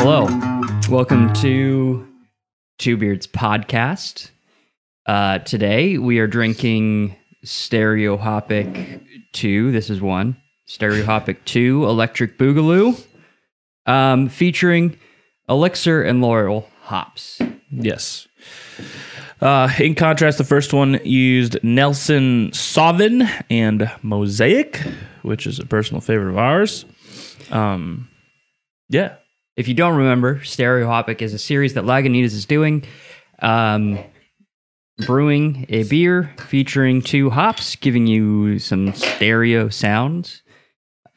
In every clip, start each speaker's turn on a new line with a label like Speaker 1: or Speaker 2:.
Speaker 1: Hello. Welcome to Two Beards Podcast. Uh, today we are drinking Stereohopic 2. This is one. Stereohopic 2 Electric Boogaloo, um, featuring Elixir and Laurel hops.
Speaker 2: Yes. Uh, in contrast, the first one used Nelson Sauvin and Mosaic, which is a personal favorite of ours. Um, yeah.
Speaker 1: If you don't remember, Stereohopic is a series that Lagunitas is doing, um, brewing a beer featuring two hops, giving you some stereo sounds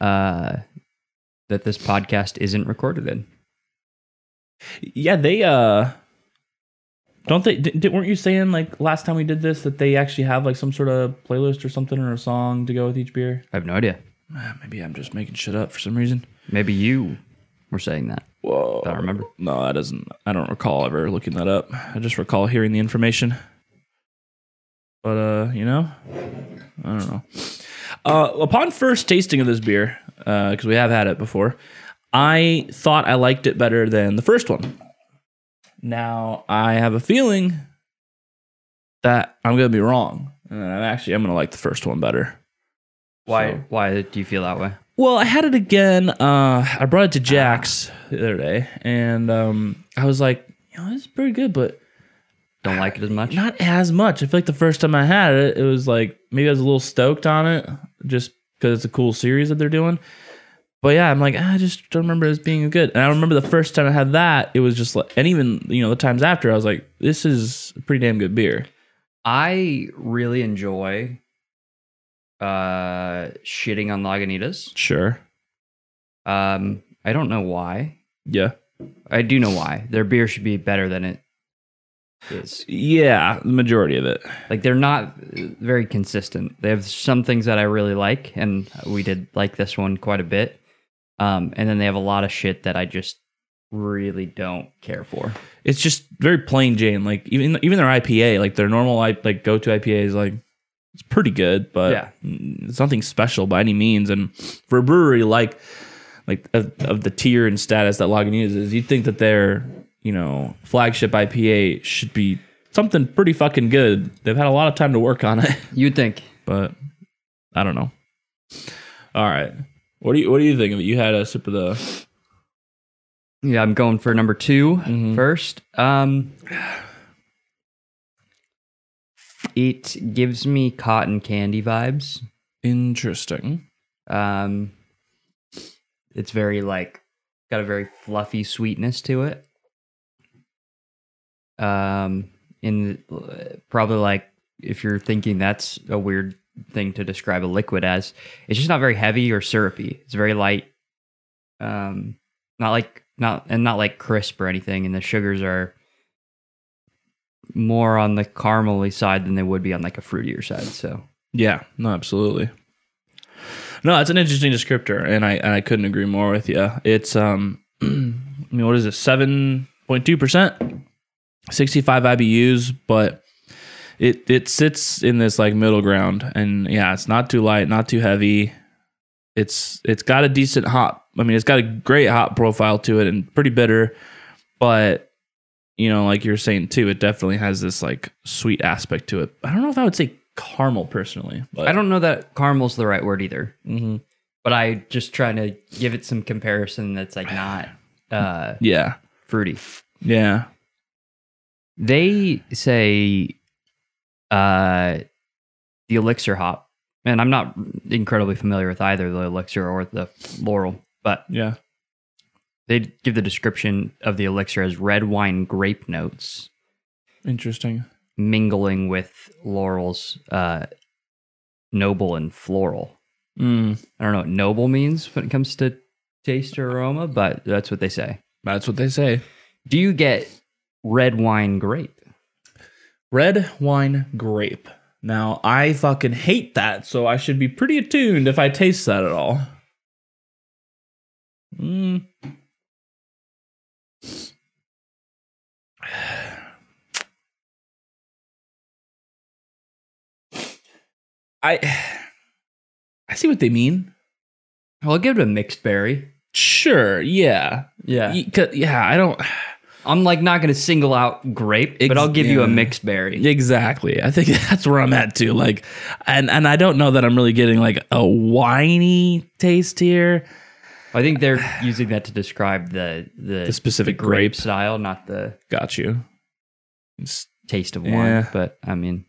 Speaker 1: uh, that this podcast isn't recorded in.
Speaker 2: Yeah, they uh don't they di- di- weren't you saying like last time we did this that they actually have like some sort of playlist or something or a song to go with each beer?
Speaker 1: I have no idea.
Speaker 2: Ah, Maybe I'm just making shit up for some reason.
Speaker 1: Maybe you were saying that.
Speaker 2: Whoa.
Speaker 1: I don't remember.
Speaker 2: No, that doesn't. I don't recall ever looking that up. I just recall hearing the information. But uh, you know, I don't know. Uh, upon first tasting of this beer, because we have had it before, I thought I liked it better than the first one. Now I have a feeling that I'm gonna be wrong, and I'm actually I'm gonna like the first one better.
Speaker 1: Why?
Speaker 2: So-
Speaker 1: Why do you feel that way?
Speaker 2: Well, I had it again. Uh, I brought it to Jack's the other day, and um, I was like, you know, it's pretty good, but
Speaker 1: Don't like it as much.
Speaker 2: not as much. I feel like the first time I had it, it was like maybe I was a little stoked on it just because it's a cool series that they're doing. But yeah, I'm like, "Ah, I just don't remember this being good. And I remember the first time I had that, it was just like, and even, you know, the times after, I was like, this is a pretty damn good beer.
Speaker 1: I really enjoy uh, shitting on Lagunitas.
Speaker 2: Sure.
Speaker 1: Um, I don't know why.
Speaker 2: Yeah.
Speaker 1: I do know why. Their beer should be better than it is.
Speaker 2: Yeah. The majority of it.
Speaker 1: Like they're not uh, very consistent. They have some things that I really like, and we did like this one quite a bit. Um, and then they have a lot of shit that I just really don't care for.
Speaker 2: it's just very plain Jane. Like even even their IPA, like their normal I- like go to IPA is like it's pretty good, but
Speaker 1: Yeah.
Speaker 2: mm, it's nothing special by any means. And for a brewery like like of, of the tier and status that Lagunitas is, you'd think that their you know flagship IPA should be something pretty fucking good. They've had a lot of time to work on it,
Speaker 1: You'd think
Speaker 2: but I don't know. All right, what do you what do you think of it? You had a sip of the
Speaker 1: Yeah, I'm going for number 2 first.
Speaker 2: Mhm.
Speaker 1: Um, it gives me cotton candy vibes.
Speaker 2: interesting.
Speaker 1: Um, it's very like got a very fluffy sweetness to it. Um, in the, probably like if you're thinking that's a weird thing to describe a liquid as, it's just not very heavy or syrupy. It's very light. Um, not like not and not like crisp or anything. And the sugars are more on the caramely side than they would be on like a fruitier side. So
Speaker 2: Yeah, no, absolutely. No, it's an interesting descriptor, and I and I couldn't agree more with you. It's um, I mean, what is it? Seven point two percent, sixty five IBUs, but it it sits in this like middle ground, and yeah, it's not too light, not too heavy. It's it's got a decent hop. I mean, it's got a great hop profile to it, and pretty bitter, but you know, like you're saying too, it definitely has this like sweet aspect to it. I don't know if I would say caramel personally, but
Speaker 1: I don't know that caramel's the right word either.
Speaker 2: Mm-hmm.
Speaker 1: but I just trying to give it some comparison that's like not uh
Speaker 2: Yeah.
Speaker 1: fruity.
Speaker 2: Yeah.
Speaker 1: They say uh the elixir hop. And I'm not incredibly familiar with either the elixir or the laurel, but
Speaker 2: Yeah.
Speaker 1: they give the description of the elixir as red wine grape notes
Speaker 2: Interesting.
Speaker 1: mingling with laurel's uh noble and floral.
Speaker 2: Mm.
Speaker 1: I don't know what noble means when it comes to taste or aroma, but that's what they say.
Speaker 2: That's what they say.
Speaker 1: Do you get red wine grape?
Speaker 2: Red wine grape. Now, I fucking hate that, so I should be pretty attuned if I taste that at all. Mm. I I see what they mean.
Speaker 1: Well, I'll give it a mixed berry.
Speaker 2: Sure. Yeah.
Speaker 1: Yeah.
Speaker 2: Y- 'cause- Yeah. I don't.
Speaker 1: I'm like not gonna single out grape, but
Speaker 2: Ex-
Speaker 1: I'll give you a
Speaker 2: yeah.
Speaker 1: mixed berry.
Speaker 2: Exactly. I think that's where I'm at too. Like, and and I don't know that I'm really getting like a winey taste here.
Speaker 1: I think they're using that to describe the the,
Speaker 2: The specific
Speaker 1: grape,
Speaker 2: grape.
Speaker 1: style, not the
Speaker 2: Got you. It's-
Speaker 1: taste of wine.
Speaker 2: Yeah.
Speaker 1: But I mean,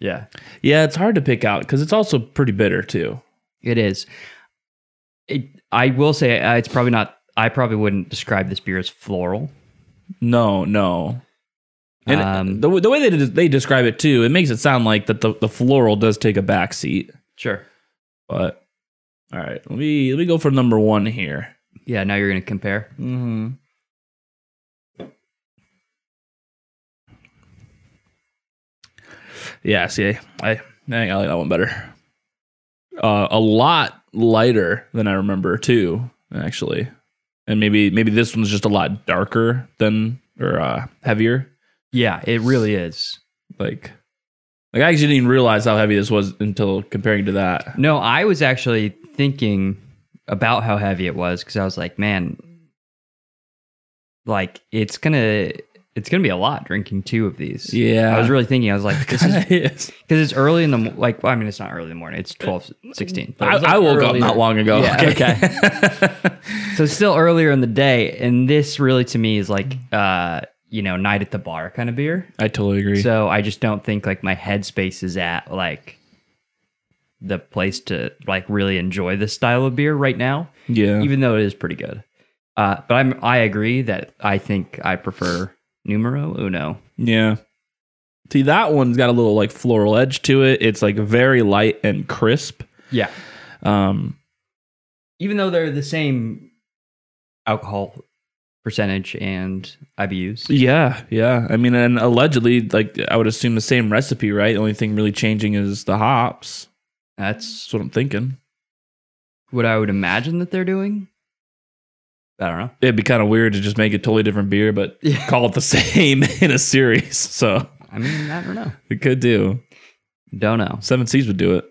Speaker 1: yeah,
Speaker 2: yeah, it's hard to pick out because it's also pretty bitter too.
Speaker 1: it is. It, I will say uh, it's probably not. I probably wouldn't describe this beer as floral.
Speaker 2: No, no. And
Speaker 1: Um,
Speaker 2: the, the way they de- they describe it too, it makes it sound like that the, the floral does take a back seat.
Speaker 1: Sure.
Speaker 2: But all right, let me let me go for number one here.
Speaker 1: Yeah. Now you're gonna compare.
Speaker 2: Mm-hmm. Yeah, see, I I think I like that one better. Uh, a lot lighter than I remember too, actually, and maybe maybe this one's just a lot darker than or uh, heavier.
Speaker 1: Yeah, it really is.
Speaker 2: Like, like I actually didn't even realize how heavy this was until comparing to that.
Speaker 1: No, I was actually thinking about how heavy it was because I was like, man, like it's gonna it's gonna be a lot drinking two of these.
Speaker 2: Yeah,
Speaker 1: I was really thinking. I was like, this is
Speaker 2: Kinda is.
Speaker 1: because it's early in the mo- like. Well, I mean, it's not early in the morning. It's 12, 16. but it
Speaker 2: I,
Speaker 1: was, like,
Speaker 2: I woke up
Speaker 1: earlier.
Speaker 2: not long ago.
Speaker 1: Yeah, So it's still earlier in the day, and this really to me is like, uh, you know, night at the bar kind of beer.
Speaker 2: I totally agree.
Speaker 1: So I just don't think like my headspace is at like the place to like really enjoy this style of beer right now,
Speaker 2: yeah.
Speaker 1: even though it is pretty good. Uh, but I'm I agree that I think I prefer Numero Uno.
Speaker 2: Yeah. See, that one's got a little like floral edge to it. It's like very light and crisp.
Speaker 1: Yeah,
Speaker 2: Um,
Speaker 1: even though they're the same alcohol percentage and IBUs.
Speaker 2: yeah, yeah. I mean, and allegedly, like I would assume the same recipe, right? The only thing really changing is the hops.
Speaker 1: That's
Speaker 2: That's what I'm thinking.
Speaker 1: what I would imagine that they're doing. I don't know.
Speaker 2: It'd be kind of weird to just make a totally different beer, but
Speaker 1: Yeah.
Speaker 2: call it the same in a series. So
Speaker 1: I mean, I don't know.
Speaker 2: it could do.
Speaker 1: Don't know.
Speaker 2: Seven Seas would do it.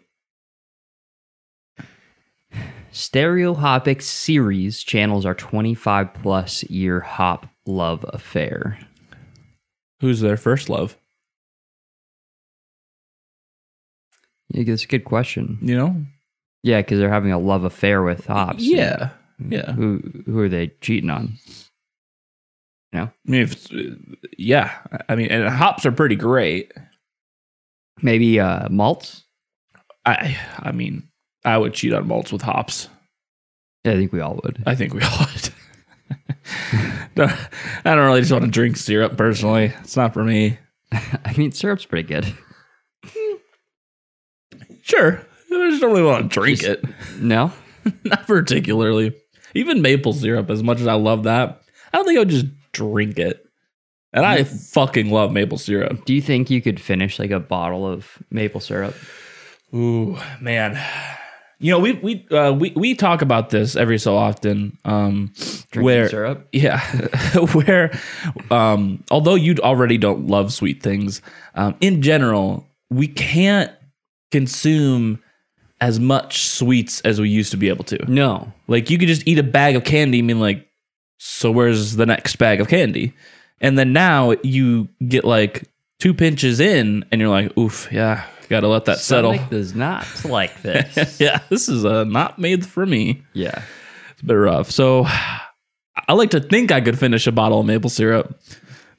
Speaker 1: Stereohopic series channels our 25 plus year hop love affair.
Speaker 2: Who's their first love?
Speaker 1: Yeah, that's a good question.
Speaker 2: You know?
Speaker 1: Yeah, because they're having a love affair with hops.
Speaker 2: Yeah. Yeah.
Speaker 1: Who who are they cheating on?
Speaker 2: I mean, if it's, uh, yeah. I mean, and hops are pretty great.
Speaker 1: Maybe uh, malts.
Speaker 2: I I mean, I would cheat on malts with hops.
Speaker 1: Yeah, I think we all would.
Speaker 2: I think we all would. Don't- I don't really just want to drink syrup personally. It's not for me.
Speaker 1: I mean, syrup's pretty good.
Speaker 2: Sure. I just don't really want to drink
Speaker 1: Just-
Speaker 2: it.
Speaker 1: No,
Speaker 2: Not particularly. Even maple syrup, as much as I love that, I don't think I would just drink it. And I fucking love maple syrup.
Speaker 1: do you think you could finish like a bottle of maple syrup?
Speaker 2: Ooh, man. You know, we we uh, we we talk about this every so often. Um
Speaker 1: Drinking
Speaker 2: where
Speaker 1: syrup.
Speaker 2: yeah, where um although you already don't love sweet things, um in general, we can't consume as much sweets as we used to be able to.
Speaker 1: No.
Speaker 2: Like you could just eat a bag of candy, and mean like, so where's the next bag of candy? And then now you get like two pinches in, and you're like, oof, yeah, gotta let that settle.
Speaker 1: Stomach does not like this.
Speaker 2: yeah, this is uh, not made for me.
Speaker 1: yeah.
Speaker 2: It's a bit rough. So I like to think I could finish a bottle of maple syrup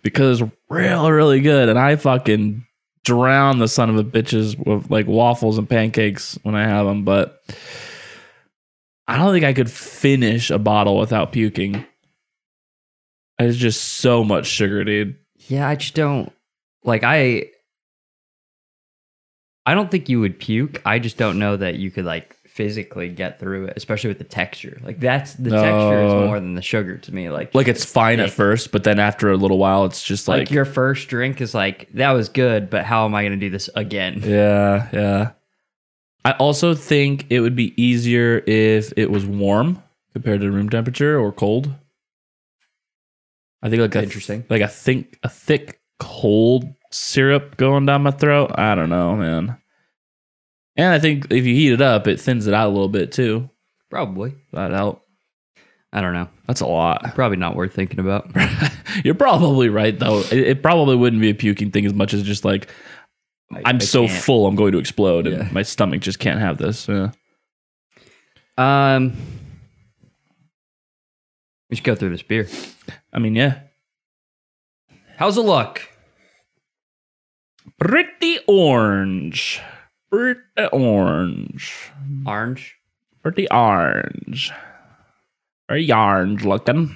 Speaker 2: because it's real, really good. And I fucking drown the son of a bitches with like waffles and pancakes when I have them. But I don't think I could finish a bottle without puking. It's just so much sugar, dude.
Speaker 1: Yeah, I just don't like I I don't think you would puke. I just don't know that you could like physically get through it, especially with the texture. Like that's the texture is
Speaker 2: No.
Speaker 1: more than the sugar to me. Like
Speaker 2: Like it's fine at first, but then after a little while, it's just
Speaker 1: like,
Speaker 2: like,
Speaker 1: your first drink is like that was good, but how am I going to do this again?
Speaker 2: Yeah, yeah. I also think it would be easier if it was warm compared to room temperature or cold. I think like a
Speaker 1: Interesting.
Speaker 2: like a think a thick cold syrup going down my throat. I don't know, man. And I think if you heat it up, it thins it out a little bit too.
Speaker 1: Probably.
Speaker 2: That out.
Speaker 1: I don't know.
Speaker 2: That's a lot.
Speaker 1: Probably not worth thinking about.
Speaker 2: You're probably right though. It, it probably wouldn't be a puking thing as much as just like I'm
Speaker 1: I
Speaker 2: so
Speaker 1: can't.
Speaker 2: full I'm going to explode
Speaker 1: Yeah.
Speaker 2: and my stomach just can't have this. Yeah.
Speaker 1: Um, we should go through this beer.
Speaker 2: I mean, yeah.
Speaker 1: How's the luck?
Speaker 2: Pretty orange. Pretty orange.
Speaker 1: Orange.
Speaker 2: Pretty orange. Very orange looking.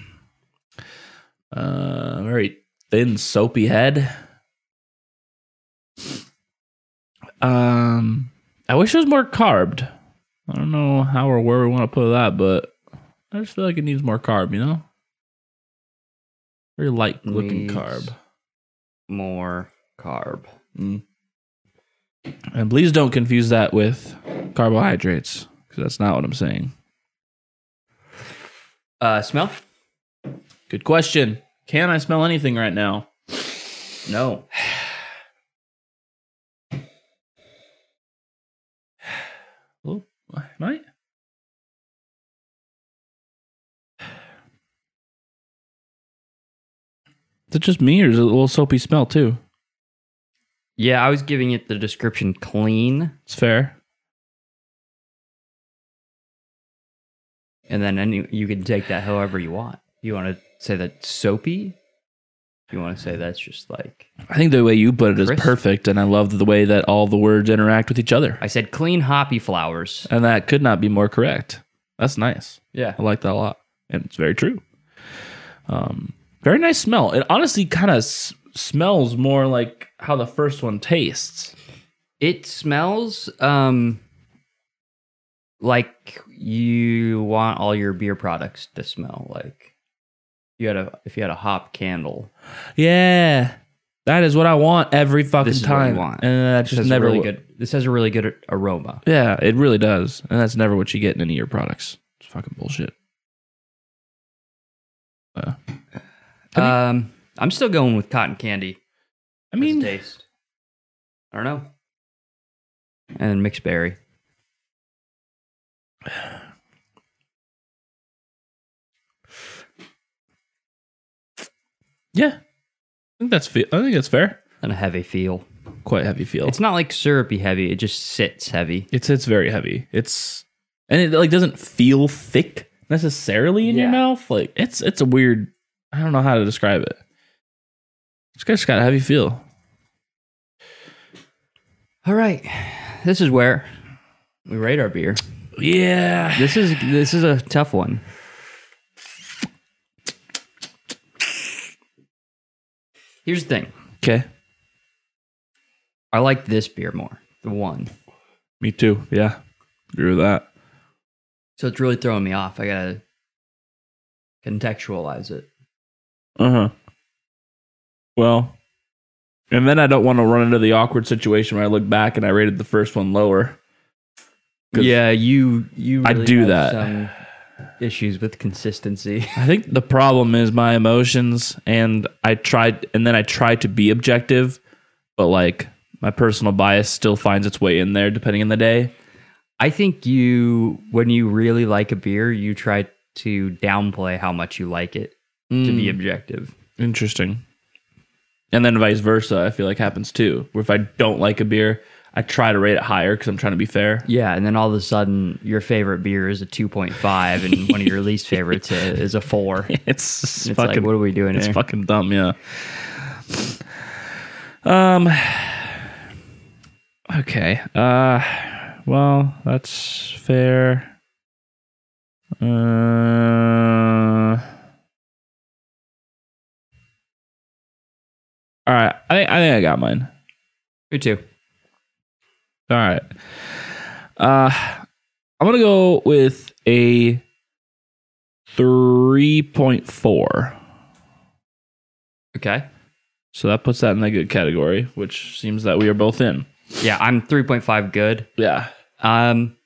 Speaker 2: Uh, very thin, soapy head. Um, I wish it was more carbed. I don't know how or where we want to put that, but I just feel like it needs more carb. You know, very light looking
Speaker 1: Needs-
Speaker 2: carb.
Speaker 1: More carb.
Speaker 2: Mm. And please don't confuse that with carbohydrates, because that's not what I'm saying.
Speaker 1: Uh, smell?
Speaker 2: Good question. Can I smell anything right now?
Speaker 1: No.
Speaker 2: Oh, am I? Is it just me, or is it a little soapy smell too?
Speaker 1: Yeah, I was giving it the description clean,
Speaker 2: It's fair.
Speaker 1: and then any, you can take that however you want. You want to say that soapy? You want to say that's just like
Speaker 2: I think the way you put it is
Speaker 1: Crisp.
Speaker 2: perfect, and I love the way that all the words interact with each other,
Speaker 1: I said clean hoppy flowers.
Speaker 2: and that could not be more correct. That's nice.
Speaker 1: Yeah.
Speaker 2: I like that a lot, and it's very true. Um, very nice smell. It honestly kind of s- smells more like how the first one tastes.
Speaker 1: It smells um like you want all your beer products to smell like you had a if you had a hop candle.
Speaker 2: Yeah, that is what I want every fucking
Speaker 1: This is what you
Speaker 2: time,
Speaker 1: want.
Speaker 2: and that's
Speaker 1: This
Speaker 2: just
Speaker 1: has
Speaker 2: never
Speaker 1: never really
Speaker 2: wh-
Speaker 1: good. This has a really good aroma.
Speaker 2: Yeah, it really does, and that's never what you get in any of your products. It's fucking bullshit. Uh,
Speaker 1: Um, I'm still going with cotton candy.
Speaker 2: I
Speaker 1: I mean,
Speaker 2: mean,
Speaker 1: taste. I don't know. And mixed berry.
Speaker 2: yeah, I think that's fe- I think that's fair.
Speaker 1: and a heavy feel.
Speaker 2: Quite heavy feel.
Speaker 1: It's not like syrupy heavy; it just sits heavy.
Speaker 2: It's it's very heavy. It's and it like doesn't feel thick necessarily in your
Speaker 1: Yeah.
Speaker 2: mouth. Like it's it's a weird. I don't know how to describe it. It's got, it's got a heavy feel.
Speaker 1: All right, this is where we rate our beer.
Speaker 2: Yeah.
Speaker 1: This is this is a tough one. Here's the thing:
Speaker 2: Okay.
Speaker 1: I like this beer more, the one.
Speaker 2: Me too. Yeah. Agree with that.
Speaker 1: So it's really throwing me off. I gotta contextualize it.
Speaker 2: Uh huh. Well, and then I don't want to run into the awkward situation where I look back and I rated the first one lower. 'Cause
Speaker 1: Yeah, you you.
Speaker 2: I
Speaker 1: really
Speaker 2: do
Speaker 1: have
Speaker 2: that.
Speaker 1: Some issues with consistency.
Speaker 2: I think the problem is my emotions, and I tried, and then I tried to be objective, but like my personal bias still finds its way in there depending on the day.
Speaker 1: I think you, when you really like a beer, you try to downplay how much you like it to be objective.
Speaker 2: Interesting. And then vice versa, I feel like happens too. Where if I don't like a beer, I try to rate it higher because I'm trying to be fair.
Speaker 1: Yeah, and then all of a sudden, your favorite beer is a two point five, and one of your least favorites uh, is a four. It's
Speaker 2: It's, it's
Speaker 1: like,
Speaker 2: fucking
Speaker 1: what are we doing
Speaker 2: It's
Speaker 1: here?
Speaker 2: fucking dumb, yeah. Um. Okay. Uh. Well, that's fair. Uh. All right. I think I think I got mine.
Speaker 1: Me too.
Speaker 2: All right. Uh, I'm gonna go with a three point four.
Speaker 1: Okay.
Speaker 2: So that puts that in the good category, which seems that we are both in.
Speaker 1: Yeah, I'm three point five good.
Speaker 2: Yeah.
Speaker 1: Um,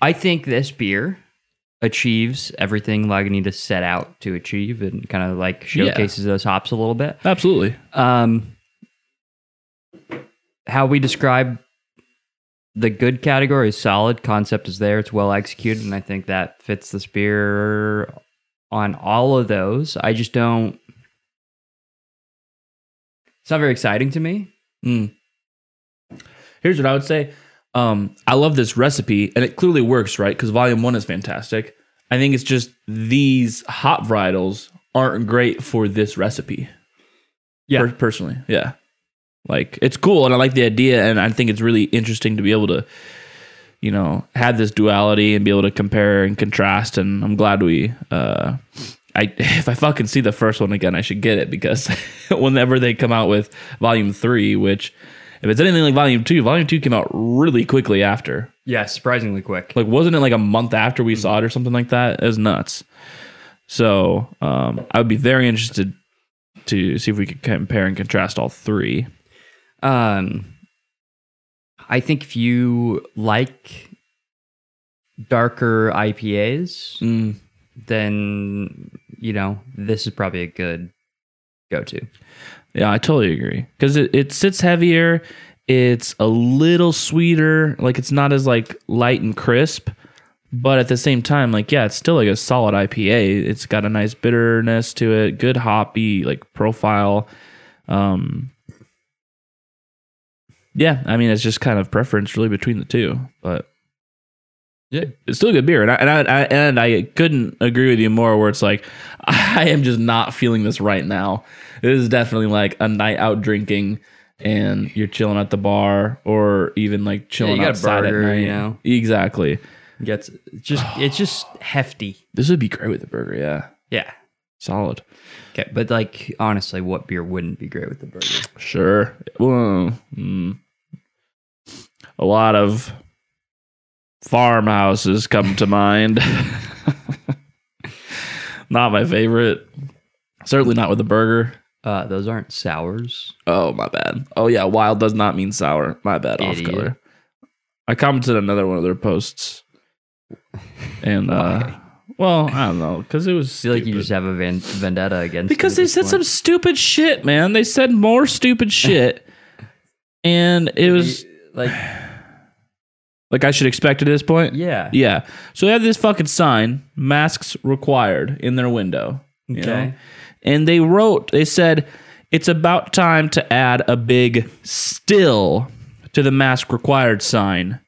Speaker 1: I think this beer achieves everything Lagunitas set out to achieve, and kind of like
Speaker 2: Yeah.
Speaker 1: showcases those hops a little bit.
Speaker 2: Absolutely.
Speaker 1: um, how we describe the good category is solid. Concept is there. It's well executed, and I think that fits this beer on all of those. I just don't. It's not very exciting to me.
Speaker 2: Mm. Here's what I would say. Um, I love this recipe, and it clearly works, right? Because volume one is fantastic. I think it's just these hop varietals aren't great for this recipe.
Speaker 1: Yeah.
Speaker 2: Per- personally, yeah. Like it's cool, and I like the idea, and I think it's really interesting to be able to, you know, have this duality and be able to compare and contrast. And I'm glad we. Uh, I, if I fucking see the first one again, I should get it because whenever they come out with volume three, which if it's anything like volume two, volume two came out really quickly after.
Speaker 1: Yeah, surprisingly quick.
Speaker 2: Like, wasn't it like a month after we saw it or something like that? It was nuts. So, um, I would be very interested to see if we could compare and contrast all three.
Speaker 1: Um, I think if you like darker IPAs, then you know this is probably a good go-to.
Speaker 2: Yeah, I totally agree because it, it sits heavier. It's a little sweeter. Like, it's not as like light and crisp. But at the same time, like, yeah, it's still like a solid IPA. It's got a nice bitterness to it, good hoppy like profile. Um, yeah, I mean, it's just kind of preference really between the two, but yeah, it's still a good beer, and I and I, I and I couldn't agree with you more. Where it's like, I am just not feeling this right now. This is definitely like a night out drinking, and you're chilling at the bar, or even like chilling
Speaker 1: got a
Speaker 2: outside
Speaker 1: burger,
Speaker 2: at night.
Speaker 1: you know?
Speaker 2: Exactly.
Speaker 1: Gets it's just it's just hefty.
Speaker 2: This would be great with a burger, yeah.
Speaker 1: Yeah.
Speaker 2: Solid.
Speaker 1: Okay, but like honestly, what beer wouldn't be great with the burger?
Speaker 2: Sure. Whoa. Mm. A lot of farmhouses come to mind. not my favorite. Certainly not with a burger.
Speaker 1: Uh, those aren't sours.
Speaker 2: Oh, my bad. Oh, yeah. Wild does not mean sour. My bad. Off
Speaker 1: Idiot.
Speaker 2: color. I commented on another one of their posts. And, uh, well, I don't know. Because it was.
Speaker 1: I feel like you
Speaker 2: stupid.
Speaker 1: just have a van- vendetta against
Speaker 2: because
Speaker 1: it at
Speaker 2: they
Speaker 1: this
Speaker 2: said
Speaker 1: point.
Speaker 2: some stupid shit, man. They said more stupid shit, and it was
Speaker 1: like
Speaker 2: like I should expect at this point.
Speaker 1: yeah.
Speaker 2: Yeah. So they have this fucking sign, masks required, in their window. you
Speaker 1: Okay.
Speaker 2: know? And they wrote, they said, it's about time to add a big still to the mask required sign.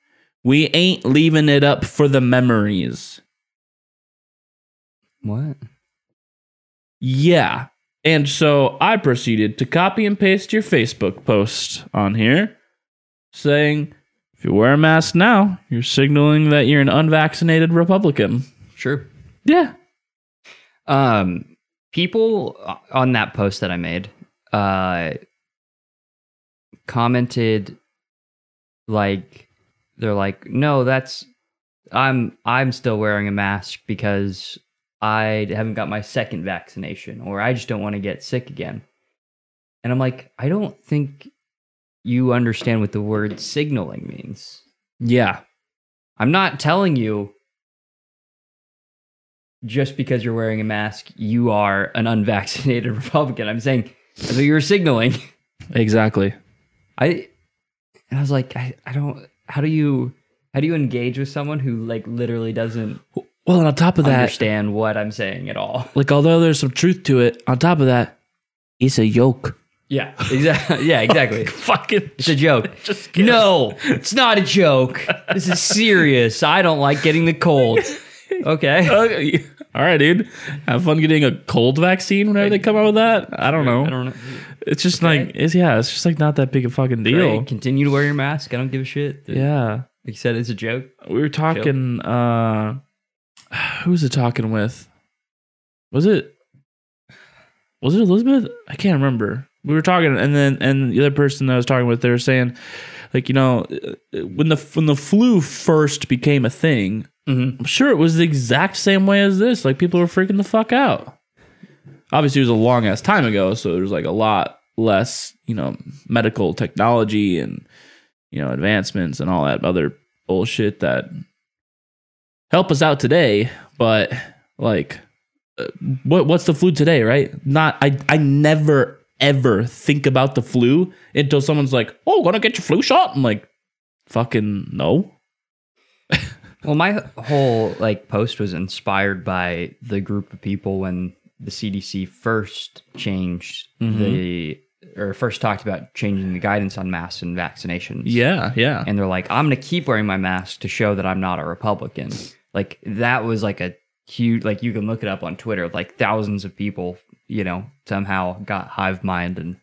Speaker 2: We ain't leaving it up for the memories.
Speaker 1: What?
Speaker 2: Yeah. And so I proceeded to copy and paste your Facebook post on here saying, if you wear a mask now, you're signaling that you're an unvaccinated Republican.
Speaker 1: Sure.
Speaker 2: Yeah.
Speaker 1: Um, people on that post that I made, uh, commented like they're like, no, that's I'm I'm still wearing a mask because I haven't got my second vaccination, or I just don't want to get sick again. And I'm like, I don't think you understand what the word signaling means.
Speaker 2: Yeah.
Speaker 1: I'm not telling you just because you're wearing a mask, you are an unvaccinated Republican. I'm saying that's what you were signaling.
Speaker 2: Exactly.
Speaker 1: I and I was like, I, I don't how do you how do you engage with someone who like literally doesn't
Speaker 2: Well, and on top of that,
Speaker 1: understand what I'm saying at all?
Speaker 2: like, although there's some truth to it, on top of that, it's a yoke.
Speaker 1: Yeah. Exactly. Yeah, exactly.
Speaker 2: Fucking.
Speaker 1: It's a joke.
Speaker 2: Just kidding.
Speaker 1: no, it's not a joke. This is serious. I don't like getting the cold. Okay.
Speaker 2: Okay. All right, dude. Have fun getting a cold vaccine whenever they come out with that. I don't know.
Speaker 1: I don't know.
Speaker 2: It's just like, it's, yeah, it's just like not that big a fucking
Speaker 1: Great.
Speaker 2: deal.
Speaker 1: Continue to wear your mask. I don't give a shit.
Speaker 2: Yeah.
Speaker 1: Like you said, it's a joke.
Speaker 2: we were talking uh who was it talking with was it was it elizabeth i can't remember we were talking and then and the other person that i was talking with they were saying like you know uh, when the when the flu first became a thing i'm sure it was the exact same way as this like people were freaking the fuck out obviously it was a long ass time ago so there's like a lot less you know medical technology and you know advancements and all that other bullshit that help us out today but like uh, what what's the flu today right not i i never ever think about the flu until someone's like oh gonna get your flu shot i'm like Fucking no.
Speaker 1: Well, my whole like post was inspired by the group of people when the CDC first changed
Speaker 2: Mm-hmm.
Speaker 1: the or first talked about changing the guidance on masks and vaccinations.
Speaker 2: Yeah, yeah.
Speaker 1: And they're like, I'm gonna keep wearing my mask to show that I'm not a Republican. Like that was like a huge like you can look it up on Twitter, like thousands of people, you know, somehow got hive mind and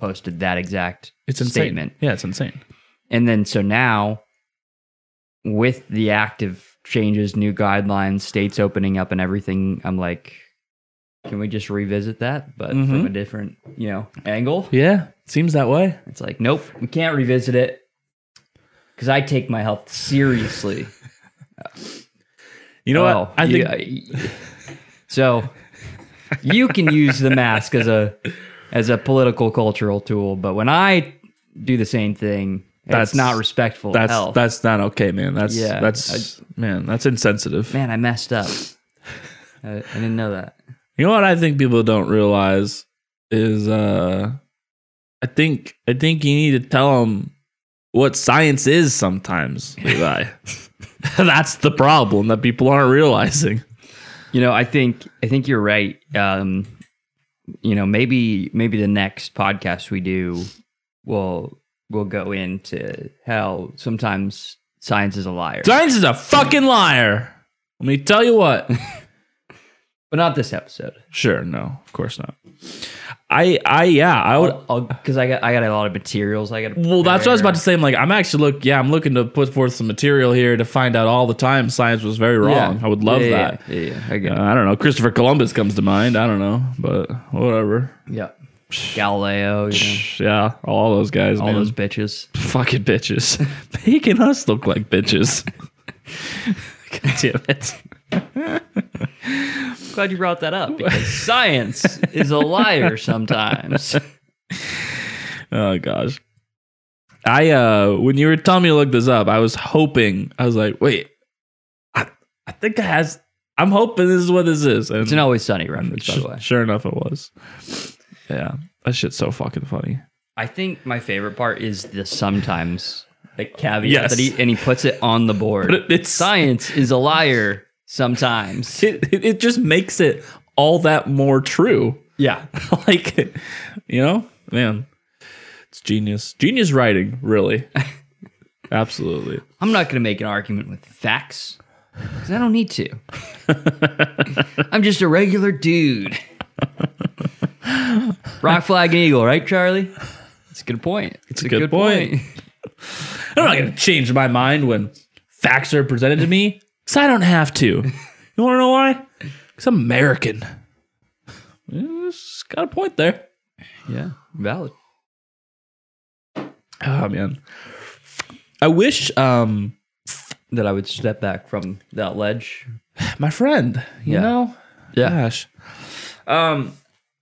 Speaker 1: posted that exact
Speaker 2: it's insane.
Speaker 1: statement.
Speaker 2: Yeah, it's insane.
Speaker 1: And then so now with the active changes, new guidelines, states opening up and everything, I'm like can we just revisit that but from
Speaker 2: Mhm.
Speaker 1: a different, you know, angle?
Speaker 2: Yeah, seems that way.
Speaker 1: It's like, nope, we can't revisit it cuz I take my health seriously.
Speaker 2: You know
Speaker 1: Oh,
Speaker 2: what? I think
Speaker 1: you- so. You can use the mask as a as a political cultural tool, but when I do the same thing, that's
Speaker 2: That's-
Speaker 1: not respectful of
Speaker 2: that's
Speaker 1: health.
Speaker 2: that's not okay, man. That's
Speaker 1: Yeah,
Speaker 2: that's man, that's insensitive.
Speaker 1: Man, I messed up. I, I didn't know that.
Speaker 2: You know what I think people don't realize is uh I think I think you need to tell them what science is sometimes, Levi. That's the problem that people aren't realizing.
Speaker 1: You know, I think I think you're right. Um, you know, maybe maybe the next podcast we do will will go into how sometimes science is a liar,
Speaker 2: Science is a fucking liar. Let me tell you what.
Speaker 1: but not this episode.
Speaker 2: Sure, no, of course not. I I yeah, I would
Speaker 1: Because I got I got a lot of materials. I got.
Speaker 2: Well, that's what I was about to say. I'm like, I'm actually look, yeah, I'm looking to put forth some material here to find out all the time science was very wrong. I would love
Speaker 1: Yeah, yeah,
Speaker 2: that.
Speaker 1: Yeah, yeah, yeah. I get it.
Speaker 2: Uh, I don't know. Christopher Columbus comes to mind. I don't know, but whatever.
Speaker 1: Yeah. Galileo, you know,
Speaker 2: Yeah, all those guys,
Speaker 1: all
Speaker 2: man.
Speaker 1: those bitches.
Speaker 2: fucking bitches, making us look like bitches. God damn it!
Speaker 1: Glad you brought that up because science is a liar sometimes.
Speaker 2: Oh gosh. I uh, when you were telling me to look this up, I was hoping. I was like, wait, I, I think I has. I'm hoping this is what this is. And
Speaker 1: It's an always sunny reference, by
Speaker 2: Sh-
Speaker 1: the way.
Speaker 2: Sure enough, it was. Yeah, that shit's so fucking funny.
Speaker 1: I think my favorite part is the sometimes the caveat
Speaker 2: Yes.
Speaker 1: that he and he puts it on the board.
Speaker 2: But it- it's-
Speaker 1: science is a liar sometimes.
Speaker 2: It, it it just makes it all that more true.
Speaker 1: yeah.
Speaker 2: like, you know, man, it's genius. Genius writing, really. Absolutely.
Speaker 1: I'm not going to make an argument with facts because I don't need to. I'm just a regular dude. Rock flag and eagle, right, Charlie? That's a good point. It's,
Speaker 2: a good point. I'm not gonna change my mind when facts are presented to me, cause I don't have to. You wanna know why? Cause I'm American. Yeah, It's got a point there.
Speaker 1: Yeah, valid.
Speaker 2: Oh man. I wish um
Speaker 1: That I would step back from that ledge.
Speaker 2: my friend. You
Speaker 1: Yeah.
Speaker 2: know?
Speaker 1: Yeah.
Speaker 2: Gosh. Um,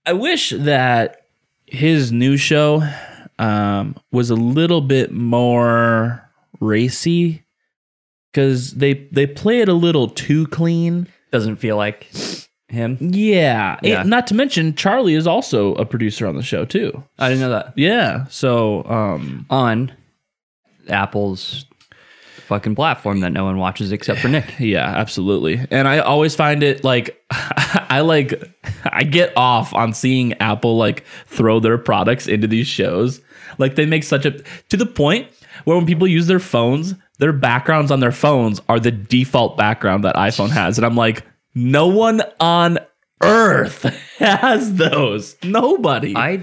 Speaker 2: I wish that his new show um was a little bit more racy because they they play it a little too clean.
Speaker 1: Doesn't feel like him.
Speaker 2: Yeah.
Speaker 1: Yeah.
Speaker 2: And not to mention Charlie is also a producer on the show too.
Speaker 1: I didn't know that.
Speaker 2: Yeah. So um
Speaker 1: On Apple's fucking platform that no one watches except for Nick.
Speaker 2: Yeah, absolutely. And I always find it like I like I get off on seeing Apple like throw their products into these shows. Like they make such a to the point where when people use their phones, their backgrounds on their phones are the default background that iPhone has. And I'm like, no one on earth has those. Nobody.
Speaker 1: I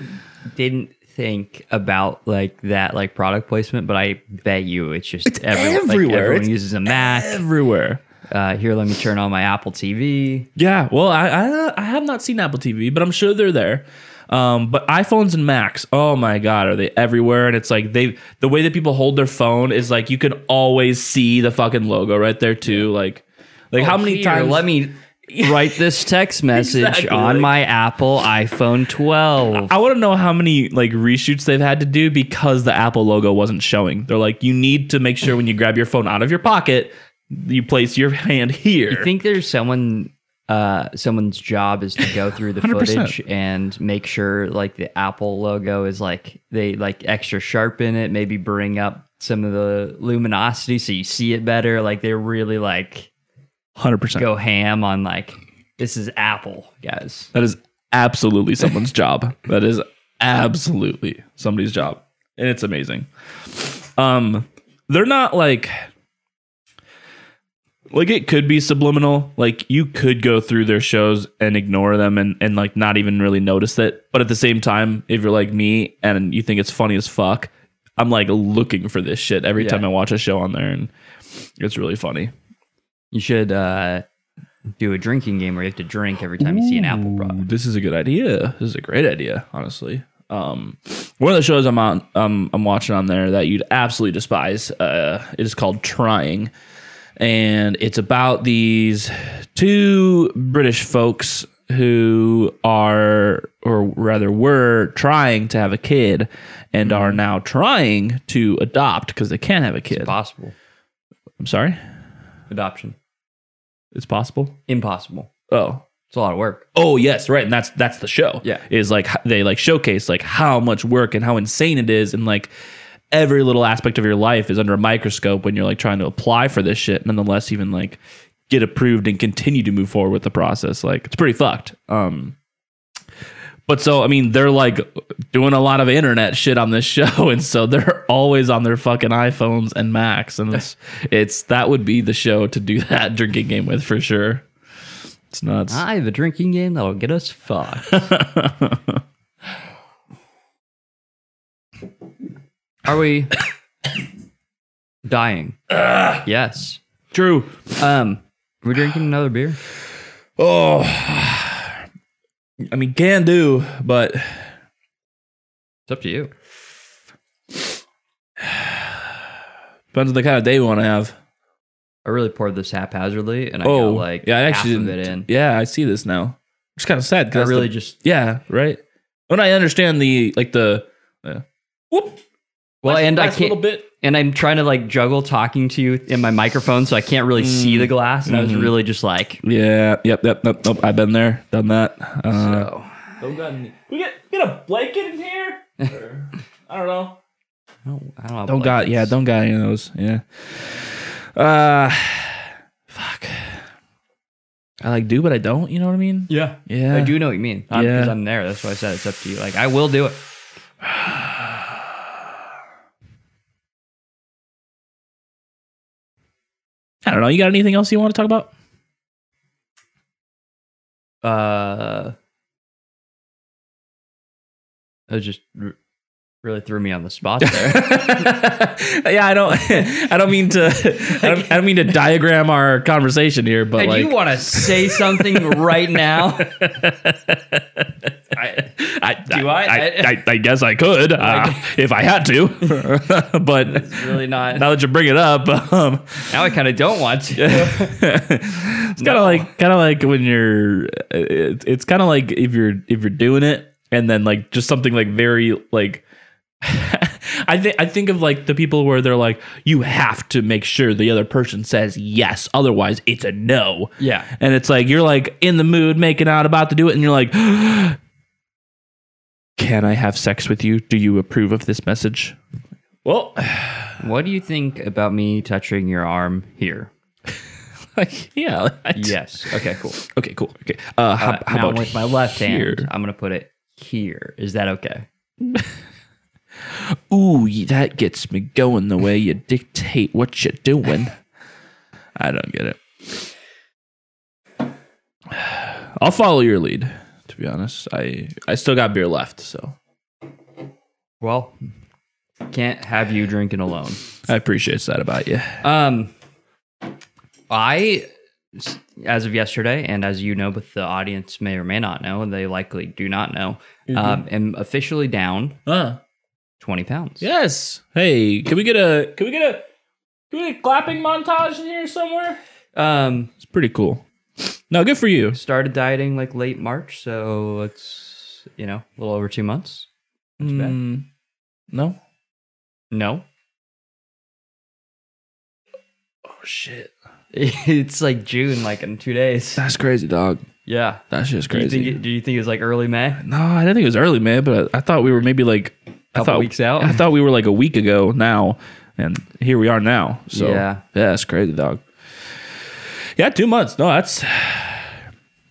Speaker 1: didn't think about like that like product placement, but I bet you it's just every- like,
Speaker 2: everywhere.
Speaker 1: everyone
Speaker 2: It's
Speaker 1: uses a Mac.
Speaker 2: everywhere.
Speaker 1: Uh, here, let me turn on my Apple TV.
Speaker 2: Yeah, well, I, I I have not seen Apple TV, but I'm sure they're there. Um, but iPhones and Macs, oh my God, are they everywhere? And it's like they the way that people hold their phone is like you can always see the fucking logo right there too. Like, like how many
Speaker 1: Oh, Here,
Speaker 2: times?
Speaker 1: Let me write this text message
Speaker 2: Exactly,
Speaker 1: on
Speaker 2: like-
Speaker 1: my Apple iPhone 12.
Speaker 2: I want to know how many like reshoots they've had to do because the Apple logo wasn't showing. They're like, you need to make sure when you grab your phone out of your pocket, you place your hand here.
Speaker 1: I think there's someone. Uh, someone's job is to go through the
Speaker 2: 100%.
Speaker 1: footage and make sure like the Apple logo is like they like extra sharpen it, maybe bring up some of the luminosity so you see it better. Like they're really like
Speaker 2: Hundred percent.
Speaker 1: go ham on like this is Apple, guys.
Speaker 2: That is absolutely someone's job. That is absolutely somebody's job. And it's amazing. Um they're not like like it could be subliminal. Like you could go through their shows and ignore them and, and like not even really notice it. But at the same time, if you're like me and you think it's funny as fuck, I'm like looking for this shit every
Speaker 1: Yeah.
Speaker 2: time I watch a show on there and it's really funny.
Speaker 1: You should uh, do a drinking game where you have to drink every time you see an Apple product.
Speaker 2: Ooh, This is a good idea. This is a great idea, honestly. Um, one of the shows I'm on, um, I'm watching on there that you'd absolutely despise. Uh, it is called Trying, and it's about these two British folks who are, or rather, were trying to have a kid, and are now trying to adopt because they can't have a kid.
Speaker 1: Possible
Speaker 2: I'm sorry,
Speaker 1: adoption.
Speaker 2: it's possible.
Speaker 1: Impossible.
Speaker 2: Oh,
Speaker 1: It's a lot of work.
Speaker 2: Oh yes, right, and that's that's the show.
Speaker 1: Yeah.
Speaker 2: is like h- they like showcase like how much work and how insane it is, and like every little aspect of your life is under a microscope when you're like trying to apply for this shit. Nonetheless, even like get approved and continue to move forward with the process. Like it's pretty fucked. Um, but so I mean, they're like doing a lot of internet shit on this show, and so they're always on their fucking iPhones and Macs, and it's it's that would be the show to do that drinking game with for sure. It's nuts.
Speaker 1: I have a drinking game that'll get us fucked. Are we dying? yes.
Speaker 2: True.
Speaker 1: Um, we're drinking another beer.
Speaker 2: Oh, I mean, can do, but
Speaker 1: It's up to you.
Speaker 2: depends on the kind of day we want to have.
Speaker 1: I really poured this haphazardly, and I
Speaker 2: oh,
Speaker 1: got like
Speaker 2: yeah, I
Speaker 1: half
Speaker 2: actually
Speaker 1: of
Speaker 2: didn't-
Speaker 1: it in.
Speaker 2: Yeah, I see this now. It's kind of sad. 'cause
Speaker 1: I
Speaker 2: that's the-
Speaker 1: really just
Speaker 2: yeah, right. When I understand the like the uh, whoop.
Speaker 1: well,
Speaker 2: last-
Speaker 1: and I
Speaker 2: last
Speaker 1: can't,
Speaker 2: little bit.
Speaker 1: and I'm trying to like juggle talking to you in my microphone, so I can't really see
Speaker 2: Mm.
Speaker 1: the glass, and
Speaker 2: Mm-hmm.
Speaker 1: I was really just like,
Speaker 2: Yeah. Yep. Yep. Nope. Nope. I've been there, done that. Uh,
Speaker 1: oh,
Speaker 2: Don't got any- we get get a blanket in here. Or- I don't know.
Speaker 1: I don't, I don't, have
Speaker 2: Don't
Speaker 1: blankets.
Speaker 2: got yeah, don't got any of those. Yeah. Uh fuck. I like do but I don't, you know what I mean?
Speaker 1: yeah,
Speaker 2: Yeah.
Speaker 1: I do know what you mean. I'm, Because
Speaker 2: Yeah.
Speaker 1: I'm there. That's why I said it's up to you. Like I will do it.
Speaker 2: I don't know. You got anything else you want to talk about?
Speaker 1: Uh, it just r- really threw me on the spot there.
Speaker 2: yeah, I don't I don't mean to I don't, I don't mean to diagram our conversation here, but
Speaker 1: Hey,
Speaker 2: like
Speaker 1: do you want to say something right now?
Speaker 2: I, I,
Speaker 1: Do I?
Speaker 2: I, I guess I could uh, if I had to, but
Speaker 1: It's really not.
Speaker 2: now that you bring it up, um,
Speaker 1: Now I kind of don't want to.
Speaker 2: it's kind of like kind of like when you're uh, it, it's kind of like if you're if you're doing it and then like just something like very like I think I think of like the people where they're like you have to make sure the other person says yes otherwise it's a no
Speaker 1: Yeah.
Speaker 2: and it's like you're like in the mood making out about to do it and you're like can I have sex with you do you approve of this message well
Speaker 1: What do you think about me touching your arm here?
Speaker 2: like, yeah I-
Speaker 1: Yes. Okay, cool.
Speaker 2: okay cool okay uh, how,
Speaker 1: Uh,
Speaker 2: how
Speaker 1: now
Speaker 2: about
Speaker 1: with my left
Speaker 2: here?
Speaker 1: hand, I'm going to put it here. Is that okay?
Speaker 2: Ooh, y- that gets me going the way you dictate what you're doing. I don't get it. I'll follow your lead, to be honest. I I still got beer left, so
Speaker 1: Well, can't have you drinking alone.
Speaker 2: I appreciate that about you.
Speaker 1: Um, I, as of yesterday, and as you know, but the audience may or may not know, and they likely do not know,
Speaker 2: Mm-hmm.
Speaker 1: um, am officially down
Speaker 2: Huh.
Speaker 1: 20 pounds.
Speaker 2: Yes. Hey, can we get a can we get a can we get a clapping montage in here somewhere?
Speaker 1: Um,
Speaker 2: It's pretty cool. No, good for you.
Speaker 1: started dieting like late March, so it's, you know, a little over two months. That's bad.
Speaker 2: Mm, no.
Speaker 1: No,
Speaker 2: Oh shit.
Speaker 1: it's like June, like in two days.
Speaker 2: That's crazy, dog.
Speaker 1: Yeah.
Speaker 2: That's just
Speaker 1: Do you,
Speaker 2: crazy.
Speaker 1: think it, do you think it was like early May?
Speaker 2: No, I didn't think it was early, man. But I, I thought we were maybe like a
Speaker 1: Couple weeks out?
Speaker 2: I thought we were like a week ago now, and here we are now. So
Speaker 1: Yeah.
Speaker 2: yeah, it's crazy, dog. Yeah, two months. No, that's